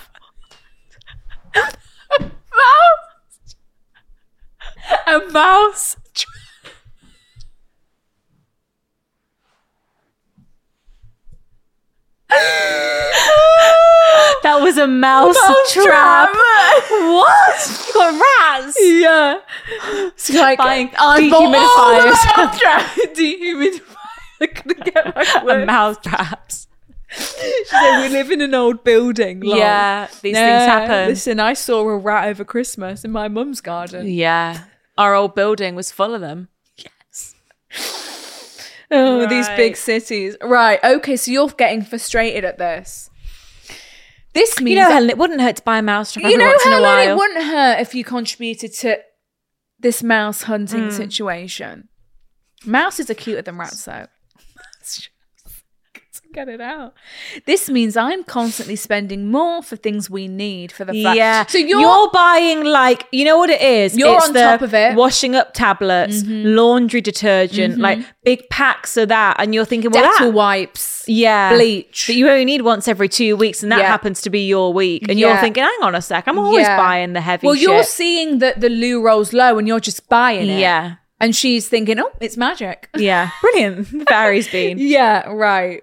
S2: mouse. A mouse. Tra-
S3: That was a mouse, trap. What? You got rats?
S2: Yeah. It's like
S3: Fine.
S2: I'm
S3: Dehumidifiers.
S2: dehumidified. Dehumidified. I couldn't get my
S3: A
S2: word.
S3: mouse traps.
S2: So we live in an old building. lol.
S3: Yeah, these
S2: No,
S3: things happen.
S2: Listen, I saw a rat over Christmas in my mum's garden.
S3: Yeah. Our old building was full of them.
S2: Oh, these big cities. Right. Okay. So you're getting frustrated at this. This means
S3: You know, Helen, it wouldn't hurt to buy a mouse trap
S2: you know,
S3: once in a
S2: Helen,
S3: while.
S2: it wouldn't hurt if you contributed to this mouse hunting
S3: Mm.
S2: situation. Mouses are cuter than rats, though. To Get it out. This means I'm constantly spending more for things we need for the flat.
S3: Yeah.
S2: So you're,
S3: buying like you know what it is.
S2: You're
S3: It's
S2: on
S3: the
S2: top of it. Mm-hmm.
S3: Washing up tablets, laundry detergent, like big packs of that, and you're thinking, well,
S2: dental
S3: that,
S2: wipes.
S3: yeah,
S2: bleach.
S3: that you only need once every two weeks, and that
S2: Yeah.
S3: happens to be your week, and
S2: Yeah.
S3: you're thinking, hang on a sec, I'm always
S2: Yeah.
S3: buying the heavy.
S2: Well,
S3: shit.
S2: you're seeing that the loo rolls low, and you're just buying it.
S3: yeah,
S2: And she's thinking, oh, it's magic.
S3: yeah, brilliant. Barry's been.
S2: Yeah, right.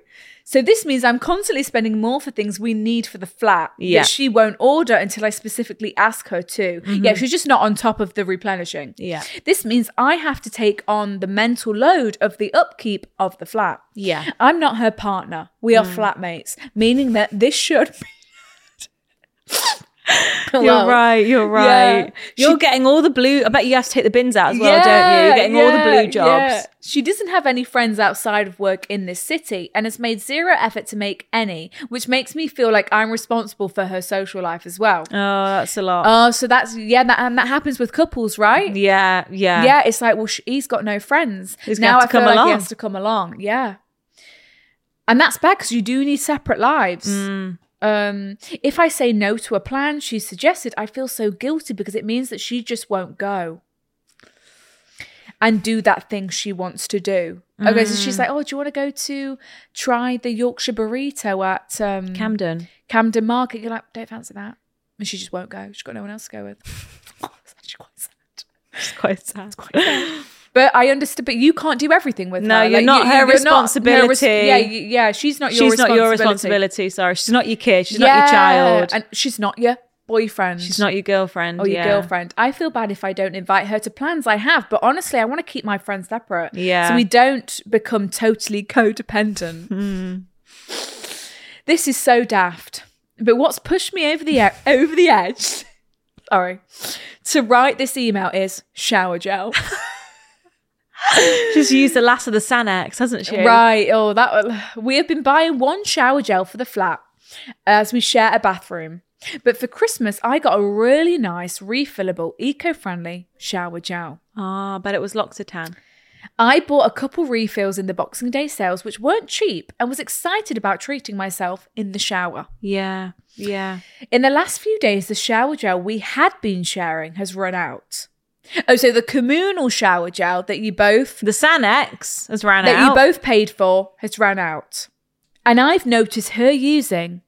S2: So this means I'm constantly spending more for things we need for the flat
S3: Yeah.
S2: that she won't order until I specifically ask her to. Yeah, she's just not on top of the replenishing.
S3: Mm-hmm. Yeah.
S2: This means I have to take on the mental load of the upkeep of the flat.
S3: Yeah. Mm.
S2: I'm not her partner. We are flatmates, meaning that this should be
S3: You're right. You're
S2: Yeah.
S3: right. You're getting all the blue. I bet you have to take the bins out as well, don't you? You're getting all the
S2: yeah,
S3: blue jobs.
S2: yeah. She doesn't have any friends outside of work in this city and has made zero effort to make any, which makes me feel like I'm responsible for her social life as well.
S3: Oh, that's a lot.
S2: Oh, so that's yeah, that, and that happens with couples, right?
S3: yeah, yeah,
S2: Yeah, it's like well, sh he's got no friends.
S3: He's gonna
S2: now I
S3: have to
S2: feel
S3: come
S2: like he
S3: along.
S2: has to come along. Yeah, and that's bad because you do need separate lives.
S3: Mm.
S2: Um, if I say no to a plan she suggested, I feel so guilty because it means that she just won't go and do that thing she wants to do. Okay, so
S3: Mm.
S2: she's like, "Oh, do you want to go to try the Yorkshire burrito at um,
S3: Camden.
S2: Camden Market?" You're like, "Don't fancy that," and she just won't go. She's got no one else to go with. it's actually quite sad.
S3: It's quite sad.
S2: But I understood. But you can't do everything with
S3: No,
S2: her.
S3: you're not her responsibility.
S2: yeah, you- yeah, she's not your.
S3: she's not your
S2: responsibility.
S3: responsibility. Sorry, she's not your kid. She's not
S2: Yeah,
S3: your child.
S2: and she's not your boyfriend.
S3: she's not your girlfriend.
S2: Or your
S3: yeah.
S2: girlfriend. I feel bad if I don't invite her to plans I have, but honestly, I want to keep my friends separate.
S3: Yeah.
S2: So we don't become totally codependent.
S3: Hmm.
S2: This is so daft. But what's pushed me over the e- over the edge, sorry, to write this email is shower gel.
S3: She's used the last of the Sanax, hasn't she?
S2: Right. Oh, that we have been buying one shower gel for the flat as we share a bathroom. But for Christmas, I got a really nice, refillable, eco-friendly shower gel.
S3: Ah, but it was L'Occitane.
S2: I bought a couple refills in the Boxing Day sales, which weren't cheap, and was excited about treating myself in the shower.
S3: Yeah, yeah.
S2: In the last few days, the shower gel we had been sharing has run out. Oh, so the communal shower gel that you both
S3: The Sanax has ran
S2: that
S3: out.
S2: you both paid for has run out. And I've noticed her using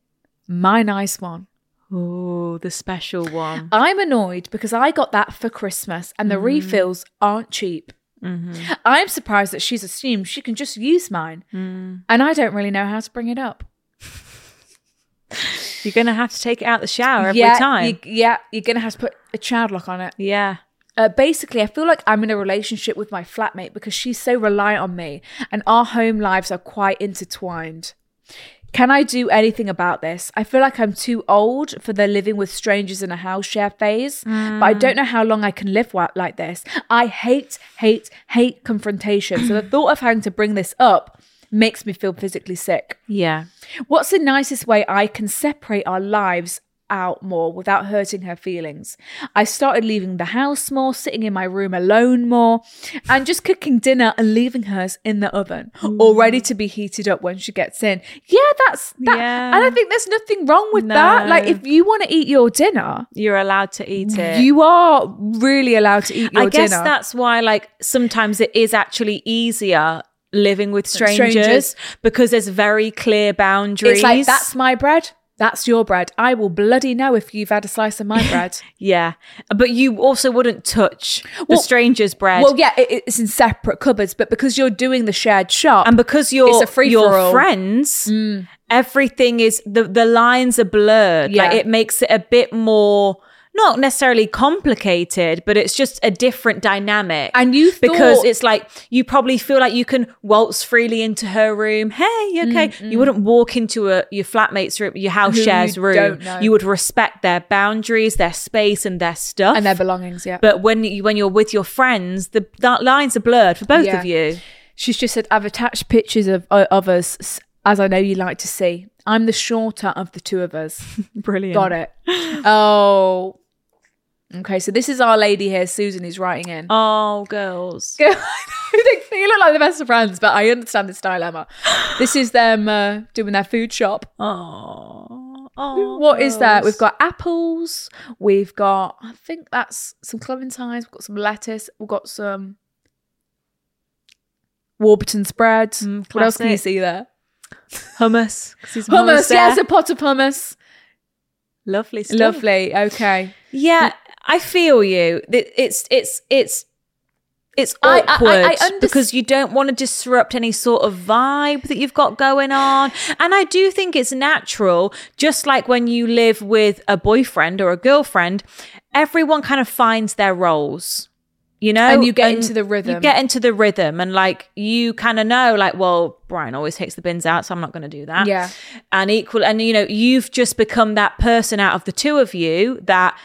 S2: my nice one.
S3: Ooh, the special one.
S2: I'm annoyed because I got that for Christmas and the
S3: Mm-hmm.
S2: refills aren't cheap. I'm surprised that she's assumed she can just use mine.
S3: Mm.
S2: And I don't really know how to bring it up.
S3: You're gonna have to take it out the shower every
S2: yeah,
S3: time.
S2: You, yeah, you're going to have to put a child lock on it.
S3: yeah.
S2: Uh, basically, I feel like I'm in a relationship with my flatmate because she's so reliant on me and our home lives are quite intertwined. Can I do anything about this? I feel like I'm too old for the living with strangers in a house share phase, but I don't know how long I can live wa- like this. I hate, hate, hate confrontation. so the thought of having to bring this up makes me feel physically sick.
S3: Yeah.
S2: What's the nicest way I can separate our lives out more without hurting her feelings? I started leaving the house more, sitting in my room alone more, and just cooking dinner and leaving hers in the oven,
S3: Mm.
S2: all ready to be heated up when she gets in. Yeah, that's that.
S3: Yeah.
S2: And I think there's nothing wrong with that.
S3: No.
S2: Like, if you want to eat your dinner,
S3: You're allowed to eat it.
S2: you are really allowed to eat your
S3: I guess
S2: dinner.
S3: that's why, like, sometimes it is actually easier living with strangers,
S2: Strangers.
S3: because there's very clear boundaries.
S2: It's like that's my bread, that's your bread. I will bloody know if you've had a slice of my bread.
S3: yeah, but you also wouldn't touch the
S2: Well-
S3: stranger's bread.
S2: Well, yeah, it, it's in separate cupboards, but because you're doing the shared shop,
S3: and because you're
S2: It's a free-for-all. Mm.
S3: you're friends, everything is the the lines are blurred. Like
S2: Yeah.
S3: it makes it a bit more not necessarily complicated, but it's just a different dynamic.
S2: And you
S3: because
S2: thought-
S3: it's like you probably feel like you can waltz freely into her room. Hey, you okay. You wouldn't walk into a your flatmate's room, your house
S2: Who Mm, you
S3: shares room.
S2: don't know.
S3: You would respect their boundaries, their space, and their stuff.
S2: and their belongings, yeah.
S3: but when you when you're with your friends, the that lines are blurred for both
S2: Yeah.
S3: of you.
S2: She's just said, I've attached pictures of, uh, of us, s- as I know you like to see. I'm the shorter of the two of us.
S3: Brilliant.
S2: Got it. Oh. Okay, so this is our lady here, Susan, who's writing in.
S3: Oh, girls.
S2: they they look like the best of friends, but I understand this dilemma. This is them uh, doing their food shop.
S3: Oh.
S2: What is that? We've got apples. We've got, I think that's some clementines. We've got some lettuce. We've got some Warburton spread.
S3: Mm,
S2: what else can you
S3: classic.
S2: see there?
S3: hummus. 'cause there's
S2: Hummus,
S3: there.
S2: yes, a pot of hummus.
S3: lovely stuff.
S2: Lovely. Okay.
S3: Yeah, I feel you. Th- It's it's it's it's
S2: I- I- I-
S3: awkward
S2: I underst-
S3: because you don't want to disrupt any sort of vibe that you've got going on. And I do think it's natural, just like when you live with a boyfriend or a girlfriend, everyone kind of finds their roles. You know,
S2: And you get into the
S3: You
S2: rhythm.
S3: get into the rhythm, and like you kind of know, like, well, Brian always takes the bins out, so I'm not going to do that.
S2: Yeah.
S3: and equal and you know you've just become that person out of the two of you that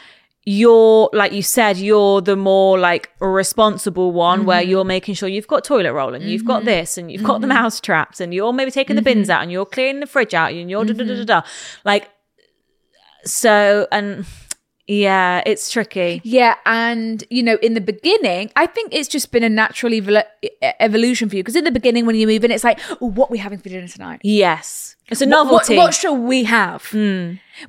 S3: you're like you said you're the more like responsible one where
S2: Mm-hmm.
S3: you're making sure you've got toilet roll and you've got this and you've got the mouse traps and you're maybe taking the bins
S2: Mm-hmm.
S3: out and you're clearing the fridge out and you're da da da da da like so and yeah it's tricky
S2: Yeah, and you know, in the beginning, I think it's just been a natural evol- e- evolution for you because in the beginning, when you move in, it's like, oh, what are we having for dinner tonight?
S3: yes it's a
S2: What- what-
S3: novelty Hmm.
S2: What, shall we have?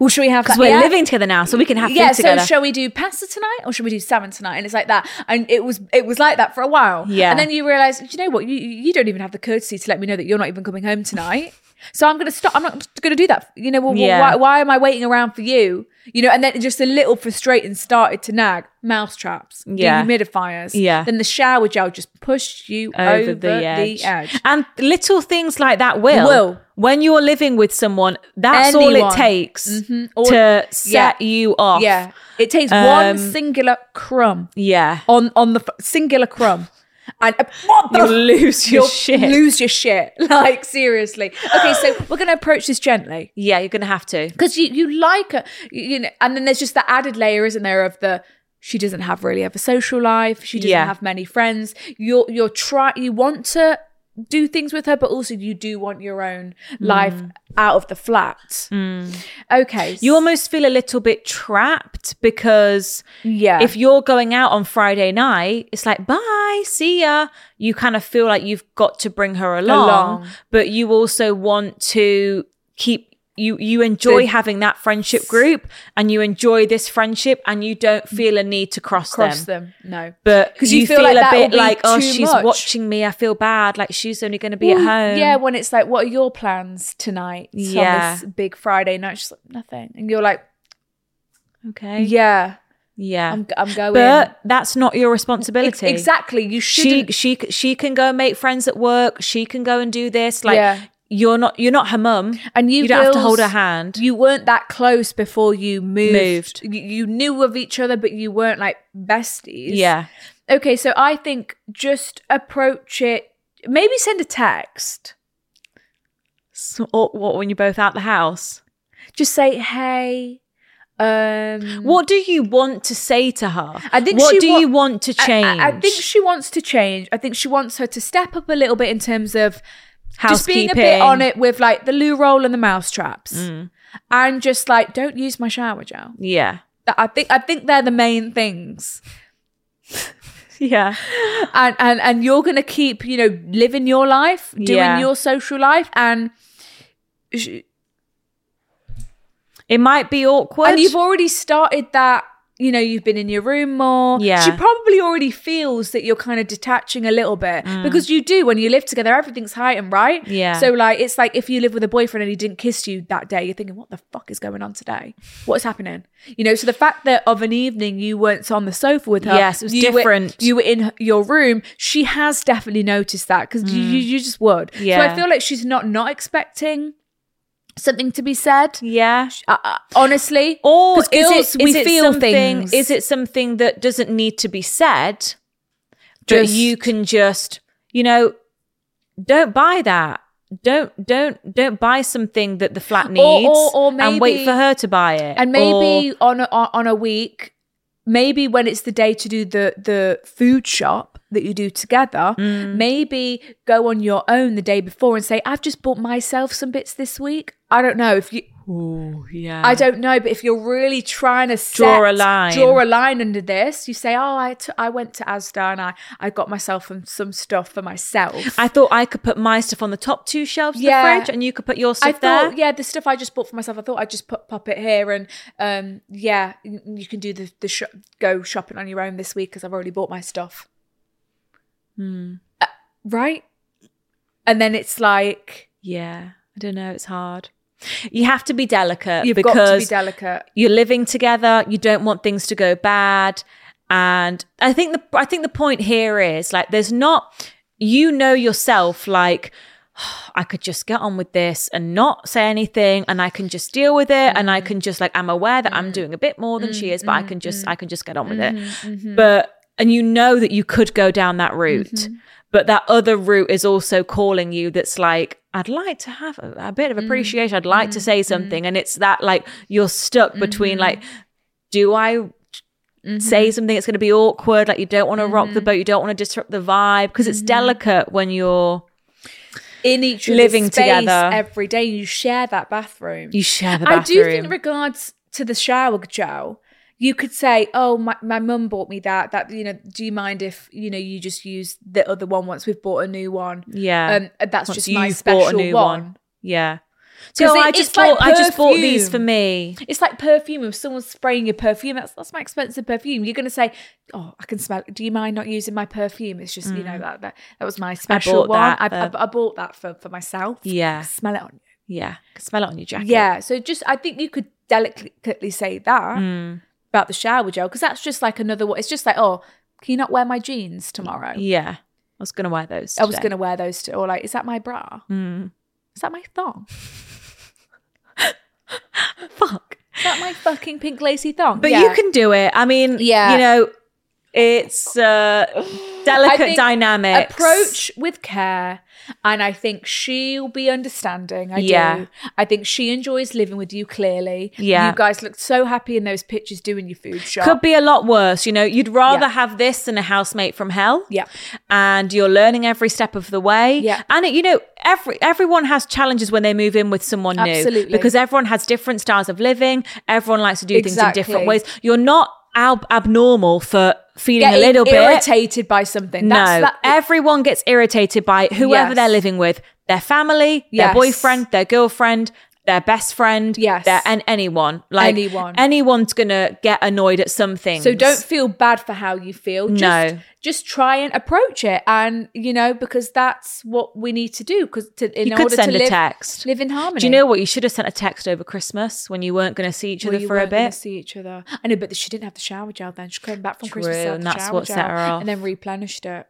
S2: Well, shall we have?
S3: because
S2: that-
S3: we're
S2: yeah.
S3: living together now so we can have
S2: Yeah,
S3: food
S2: so
S3: together
S2: shall we do pasta tonight or shall we do salmon tonight? And it's like that, and it was it was like that for a while.
S3: Yeah.
S2: and then you realize, you know what? You you don't even have the courtesy to let me know that you're not even coming home tonight. So I'm gonna stop. I'm not gonna do that. You know, well, well,
S3: Yeah.
S2: why, why am I waiting around for you? You know, and then it just a little frustrating started to nag mouse traps,
S3: Yeah.
S2: dehumidifiers,
S3: Yeah.
S2: Then the shower gel just pushed you over, the, edge.
S3: And little things like that will.
S2: Will.
S3: When you're living with someone, that's all
S2: Anyone.
S3: it takes
S2: Mhm. Or-
S3: to set
S2: yeah.
S3: you off.
S2: Yeah, it takes
S3: Um,
S2: one singular crumb.
S3: Yeah.
S2: on on the f- singular crumb. And uh, what the
S3: You'll lose your
S2: you'll
S3: shit.
S2: Lose your shit. Like seriously. Okay, so we're gonna approach this gently
S3: Yeah, you're going to have to.
S2: because you you like a, you, you know, and then there's just the added layer, isn't there, of the she doesn't have really have a social life. She doesn't
S3: Yeah.
S2: have many friends. You're you're try you want to do things with her, but also you do want your own
S3: Mm.
S2: life out of the flat. Okay,
S3: You almost feel a little bit trapped because
S2: yeah.
S3: if you're going out on Friday night, it's like, bye, see ya. You kind of feel like you've got to bring her along,
S2: Along.
S3: but you also want to keep. You, you enjoy
S2: The-
S3: having that friendship group and you enjoy this friendship and you don't feel a need to cross,
S2: cross
S3: them.
S2: them, no,
S3: But because you, feel, a
S2: that
S3: bit
S2: would be
S3: like, oh,
S2: too
S3: she's
S2: much."
S3: watching me. I feel bad. Like she's only going to be at
S2: Well,
S3: home.
S2: Yeah, when it's like, what are your plans tonight?
S3: Yeah.
S2: On this big Friday night. She's like, nothing. And you're like,
S3: Okay.
S2: yeah,
S3: Yeah.
S2: I'm, I'm going.
S3: but that's not your
S2: Ex-
S3: responsibility.
S2: exactly. You
S3: she
S2: shouldn't.
S3: she she can go make friends at work. She can go and do this. Like
S2: Yeah.
S3: you're not you're not her mum.
S2: and you,
S3: you don't have to
S2: girls,
S3: hold her hand.
S2: You weren't that close before you moved.
S3: Moved.
S2: You, you knew of each other, but you weren't like besties.
S3: yeah,
S2: Okay, so I think just approach it. Maybe send a text.
S3: so, or, what when you're both out the house?
S2: Just say, hey. Um,
S3: What do you want to say to her?
S2: I think
S3: what
S2: she
S3: do
S2: wa-
S3: you want to
S2: I-
S3: change?
S2: I, I think she wants to change. I think she wants her to step up a little bit in terms of just being a bit
S3: Housekeeping. Mm.
S2: on it with like the loo roll and the mouse traps, and just like don't use my shower gel.
S3: Yeah,
S2: That- I think I think they're the main things,
S3: yeah,
S2: and and and you're gonna keep you know living your life, doing
S3: Yeah.
S2: your social life, and sh-
S3: it might be awkward.
S2: and you've already started that you know, you've been in your room more.
S3: Yeah.
S2: She probably already feels that you're kind of detaching a little bit because you do when you live together, everything's heightened, right?
S3: Mm. Yeah.
S2: So, like, it's like if you live with a boyfriend and he didn't kiss you that day, you're thinking, what the fuck is going on today? What's happening? You know, so the fact that of an evening you weren't on the sofa with her,
S3: Yes, it was
S2: you were-
S3: different.
S2: you were in your room, she has definitely noticed that because you, you, you just would. So, I
S3: Mm. Yeah.
S2: feel like she's not not expecting something to be said.
S3: Yeah.
S2: Uh, uh, honestly,
S3: Or
S2: 'Cause
S3: is it-
S2: girls,
S3: is
S2: we
S3: it
S2: feel
S3: something-
S2: things.
S3: Is it something that doesn't need to be said, but
S2: Just-
S3: you can just, you know, don't buy that. Don't don't don't buy something that the flat needs,
S2: Or- or- or
S3: and wait
S2: maybe-
S3: for her to buy it,
S2: and
S3: Or-
S2: maybe on a, uh, on on a week maybe when it's the day to do the the food shop that you do together
S3: Mm.
S2: maybe go on your own the day before and say i've just bought myself some bits this week i don't know if you
S3: yeah,
S2: I don't know, but if you're really trying to set,
S3: Draw a line.
S2: draw a line under this, you say, "Oh, I, t- I went to Asda and I, I got myself some, some stuff for myself."
S3: I thought I could put my stuff on the top two shelves
S2: Yeah.
S3: of the fridge, and you could put your stuff
S2: I
S3: there.
S2: thought, yeah, the stuff I just bought for myself, I thought I'd just put, pop it here, and um, yeah, y- you can do the the shop go shopping on your own this week because I've already bought my stuff, Uh, right? And then it's like
S3: Yeah, I don't know. It's hard. You have to be delicate
S2: you've
S3: because
S2: got to be delicate.
S3: you're living together. You don't want things to go bad. And I think the I think the point here is like there's not you know yourself like "Oh, I could just get on with this and not say anything and I can just deal with it and I can just like I'm aware that I'm doing a bit more than she is but I can just I can just get on with it. But and you know that you could go down that route. But that other route is also calling you that's like I'd like to have a, a bit
S2: Mm-hmm.
S3: of appreciation. I'd like to say something and it's that like you're stuck
S2: Mm-hmm.
S3: between like do I say something that's going to be awkward like you don't want to rock
S2: Mm-hmm.
S3: the boat you don't want to disrupt the vibe because it's delicate when you're
S2: In each
S3: other's
S2: living
S3: space
S2: together every day, you share that bathroom.
S3: you share the
S2: I do
S3: bathroom.
S2: think, in regards to the shower gel, you could say, "Oh, my my mum bought me that. That you know, do you mind if you know you just use the other one once we've bought a new one?
S3: Yeah.
S2: um, and that's
S3: Once
S2: just my
S3: you've bought a
S2: special
S3: new
S2: one.
S3: one. yeah.
S2: 'Cause
S3: So
S2: it-
S3: I
S2: it's
S3: just
S2: like
S3: bought I just bought these for
S2: perfume.
S3: me.
S2: It's like perfume. If someone's spraying your perfume, that's that's my expensive perfume. You're gonna say, "Oh, I can smell. it. Do you mind not using my perfume? It's just you know that that, that was my special
S3: Mm. bought
S2: one.
S3: that
S2: I,
S3: for-
S2: I, I bought that for for myself. I
S3: Yeah.
S2: can smell it on you.
S3: Yeah. Can smell it on your jacket.
S2: Yeah. So just, I think you could delicately say that
S3: Mm,
S2: about the shower gel because that's just like another one. It's just like, oh, can you not wear my jeans tomorrow?
S3: Yeah. I was going to wear those.
S2: I was
S3: today.
S2: going to wear those to, or like, is that my bra?
S3: Mm.
S2: Is that my thong?
S3: fuck.
S2: Is that my fucking pink lacy thong?
S3: But
S2: Yeah.
S3: you can do it. I
S2: Yeah.
S3: mean, yeah. you know, it's uh
S2: I
S3: delicate
S2: think
S3: dynamics.
S2: Approach with care, and I think she'll be understanding. I
S3: Yeah.
S2: do. I think she enjoys living with you. Clearly,
S3: Yeah.
S2: You guys looked so happy in those pictures doing your food shop.
S3: could be a lot worse, you know. You'd rather
S2: Yeah.
S3: have this than a housemate from hell.
S2: Yeah.
S3: and you're learning every step of the way.
S2: Yeah.
S3: And it, you know, every everyone has challenges when they move in with someone
S2: Absolutely.
S3: new because everyone has different styles of living. Everyone likes to do things in
S2: Exactly.
S3: different ways. You're not ab- abnormal for feeling a
S2: Getting
S3: little bit
S2: irritated by something.
S3: No,
S2: That's, that,
S3: everyone gets irritated by whoever
S2: Yes.
S3: they're living with, their family,
S2: Yes.
S3: their boyfriend, their girlfriend, their best friend,
S2: Yes.
S3: their, and anyone. Like
S2: Anyone.
S3: anyone's gonna get annoyed at something.
S2: So don't feel bad for how you feel. Just,
S3: No.
S2: just try and approach it, and you know because that's what we need to do. Because to in
S3: you
S2: order
S3: could send
S2: to live,
S3: a text.
S2: live in harmony.
S3: Do you know what? You should have sent a text over Christmas when you weren't going to see each
S2: Well,
S3: other
S2: you
S3: for a
S2: weren't gonna
S3: bit.
S2: See each other. I know, but she didn't have the shower gel then. She came back from Christmas
S3: True,
S2: without
S3: and
S2: the
S3: that's
S2: shower
S3: what set
S2: gel
S3: her off. Mm.
S2: and then replenished it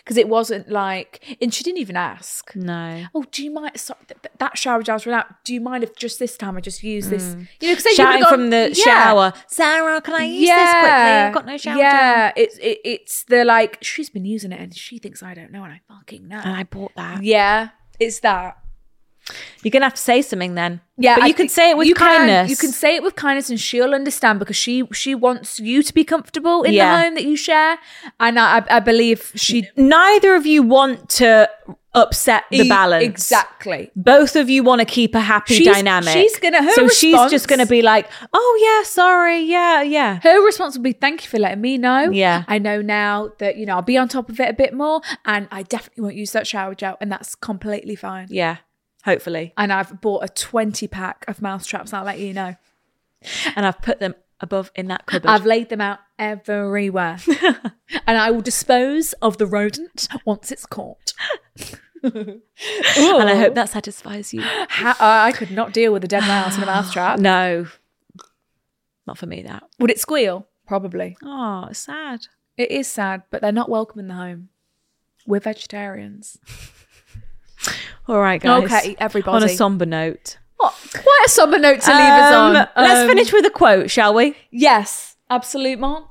S2: because it wasn't like, and she didn't even ask.
S3: No.
S2: Oh, do you mind? So, th- th- that shower gel's run out. Do you mind if just this time I just use this? You know, because
S3: Mm. Shouting from the shower, Sarah, can I use this quickly? I've got no shower.
S2: Yeah,
S3: gel."
S2: it's it, it's the like she's been using it and she thinks I don't know and I fucking know.
S3: And I bought that.
S2: yeah, it's that.
S3: You're going to have to say something then.
S2: Yeah,
S3: But
S2: I
S3: you can
S2: think-
S3: say it with
S2: you can-
S3: kindness.
S2: you can say it with kindness, and she'll understand because she she wants you to be comfortable in
S3: Yeah.
S2: the home that you share, and I I- I believe she
S3: Neither of you want to upset
S2: E-
S3: the balance.
S2: exactly.
S3: Both of you want to keep a happy
S2: She's-
S3: dynamic.
S2: she's gonna- her
S3: So she's
S2: response-
S3: just going to be like, oh, yeah, sorry. Yeah, yeah.
S2: Her response will be, "Thank you for letting me know.
S3: Yeah.
S2: I know now that you know I'll be on top of it a bit more, and I definitely won't use that shower gel, and that's completely fine.
S3: Yeah. Hopefully.
S2: And I've bought a twenty pack of mousetraps. I'll let you know.
S3: And I've put them above in that cupboard.
S2: I've laid them out everywhere. and I will dispose of the rodent once it's caught.
S3: and I
S2: Oh.
S3: hope that satisfies you.
S2: How, I could not deal with a dead mouse in a mouse trap.
S3: No, not for me. That.
S2: Would it squeal? Probably.
S3: Oh, it's sad.
S2: It is sad, but they're not welcome in the home. We're vegetarians.
S3: All right, guys.
S2: Okay, everybody.
S3: On a somber note,
S2: What? Quite a somber note to leave us on.
S3: Um, let's
S2: Um,
S3: finish with a quote, shall we?
S2: Yes, absolutement.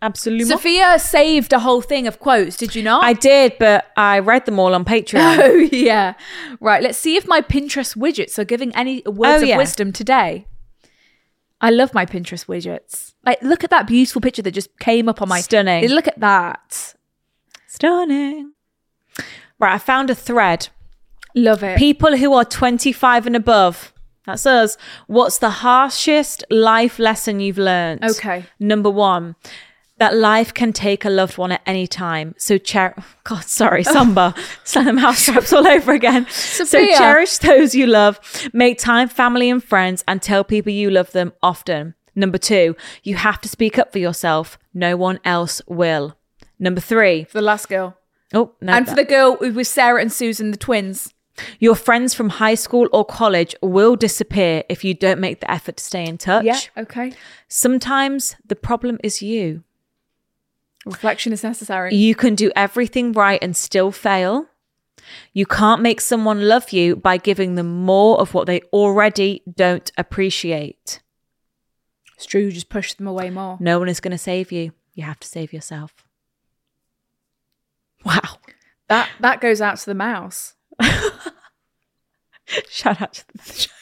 S3: Absolutely.
S2: Sophia saved a whole thing of quotes. Did you not?
S3: I did, but I read them all on Patreon.
S2: Oh yeah. Right. Let's see if my Pinterest widgets are giving any words
S3: Oh, yeah.
S2: of wisdom today. I love my Pinterest widgets. Like, look at that beautiful picture that just came up on my
S3: Stunning.
S2: Look at that.
S3: Stunning. Right, I found a thread.
S2: Love it.
S3: People who are 25 and above. That's us. What's the harshest life lesson you've learned?
S2: Okay.
S3: Number one, that life can take a loved one at any time. So, cher- God, sorry,
S2: Oh.
S3: Samba, Santa Mouse traps all over again.
S2: Sophia.
S3: So, cherish those you love, make time, family, and friends, and tell people you love them often. Number two, you have to speak up for yourself. No one else will. Number three,
S2: for the last girl.
S3: oh, no.
S2: and for the girl who was Sarah and Susan, the twins.
S3: Your friends from high school or college will disappear if you don't make the effort to stay in touch.
S2: Okay.
S3: Sometimes the problem is you.
S2: Reflection is necessary.
S3: You can do everything right and still fail. You can't make someone love you by giving them more of what they already don't appreciate.
S2: It's true. Just push them away more.
S3: No one is going to save you. You have to save yourself. Wow.
S2: That that goes out to the mouse.
S3: Shout out to the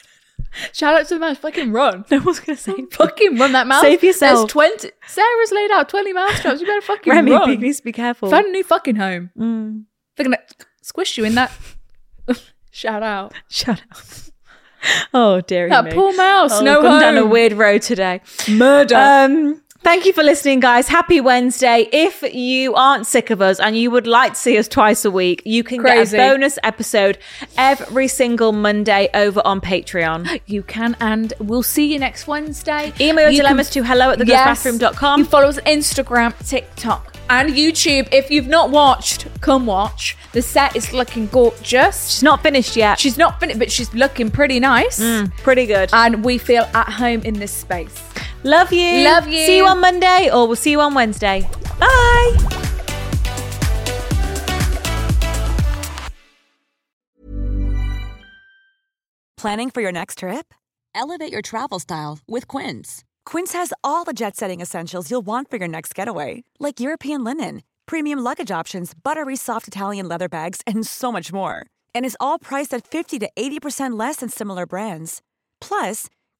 S2: Shout out to the mouse. Fucking run.
S3: No one's going to save you.
S2: fucking run that mouse.
S3: Save
S2: There's
S3: yourself.
S2: 20. Sarah's laid out 20 mouse traps. You better fucking
S3: Remy,
S2: run.
S3: be- please be careful.
S2: Find a new fucking home.
S3: Mm.
S2: They're gonna squish you in that. Shout out
S3: Shut up. Oh, dearie
S2: that
S3: me.
S2: poor mouse.
S3: Oh,
S2: no
S3: we've
S2: home.
S3: gone down a weird road today.
S2: murder.
S3: Um, thank you for listening, guys. Happy Wednesday. If you aren't sick of us and you would like to see us twice a week, you can
S2: Crazy.
S3: get a bonus episode every single Monday over on Patreon.
S2: you can, and we'll see you next Wednesday.
S3: Email
S2: You
S3: your dilemmas to hello at
S2: You
S3: thegirlsbathroom.com.
S2: follow us on Instagram, TikTok, and YouTube. If you've not watched, come watch. The set is looking gorgeous.
S3: It's not finished yet.
S2: She's not finished, but she's looking pretty nice.
S3: pretty good.
S2: And we feel at home in this space.
S3: Love you.
S2: Love you.
S3: See you on Monday, or we'll see you on Wednesday. Bye.
S5: Planning for your next trip? Elevate your travel style with Quince. Quince has all the jet setting essentials you'll want for your next getaway, like European linen, premium luggage options, buttery soft Italian leather bags, and so much more. And is all priced at 50 to 80% less than similar brands. Plus,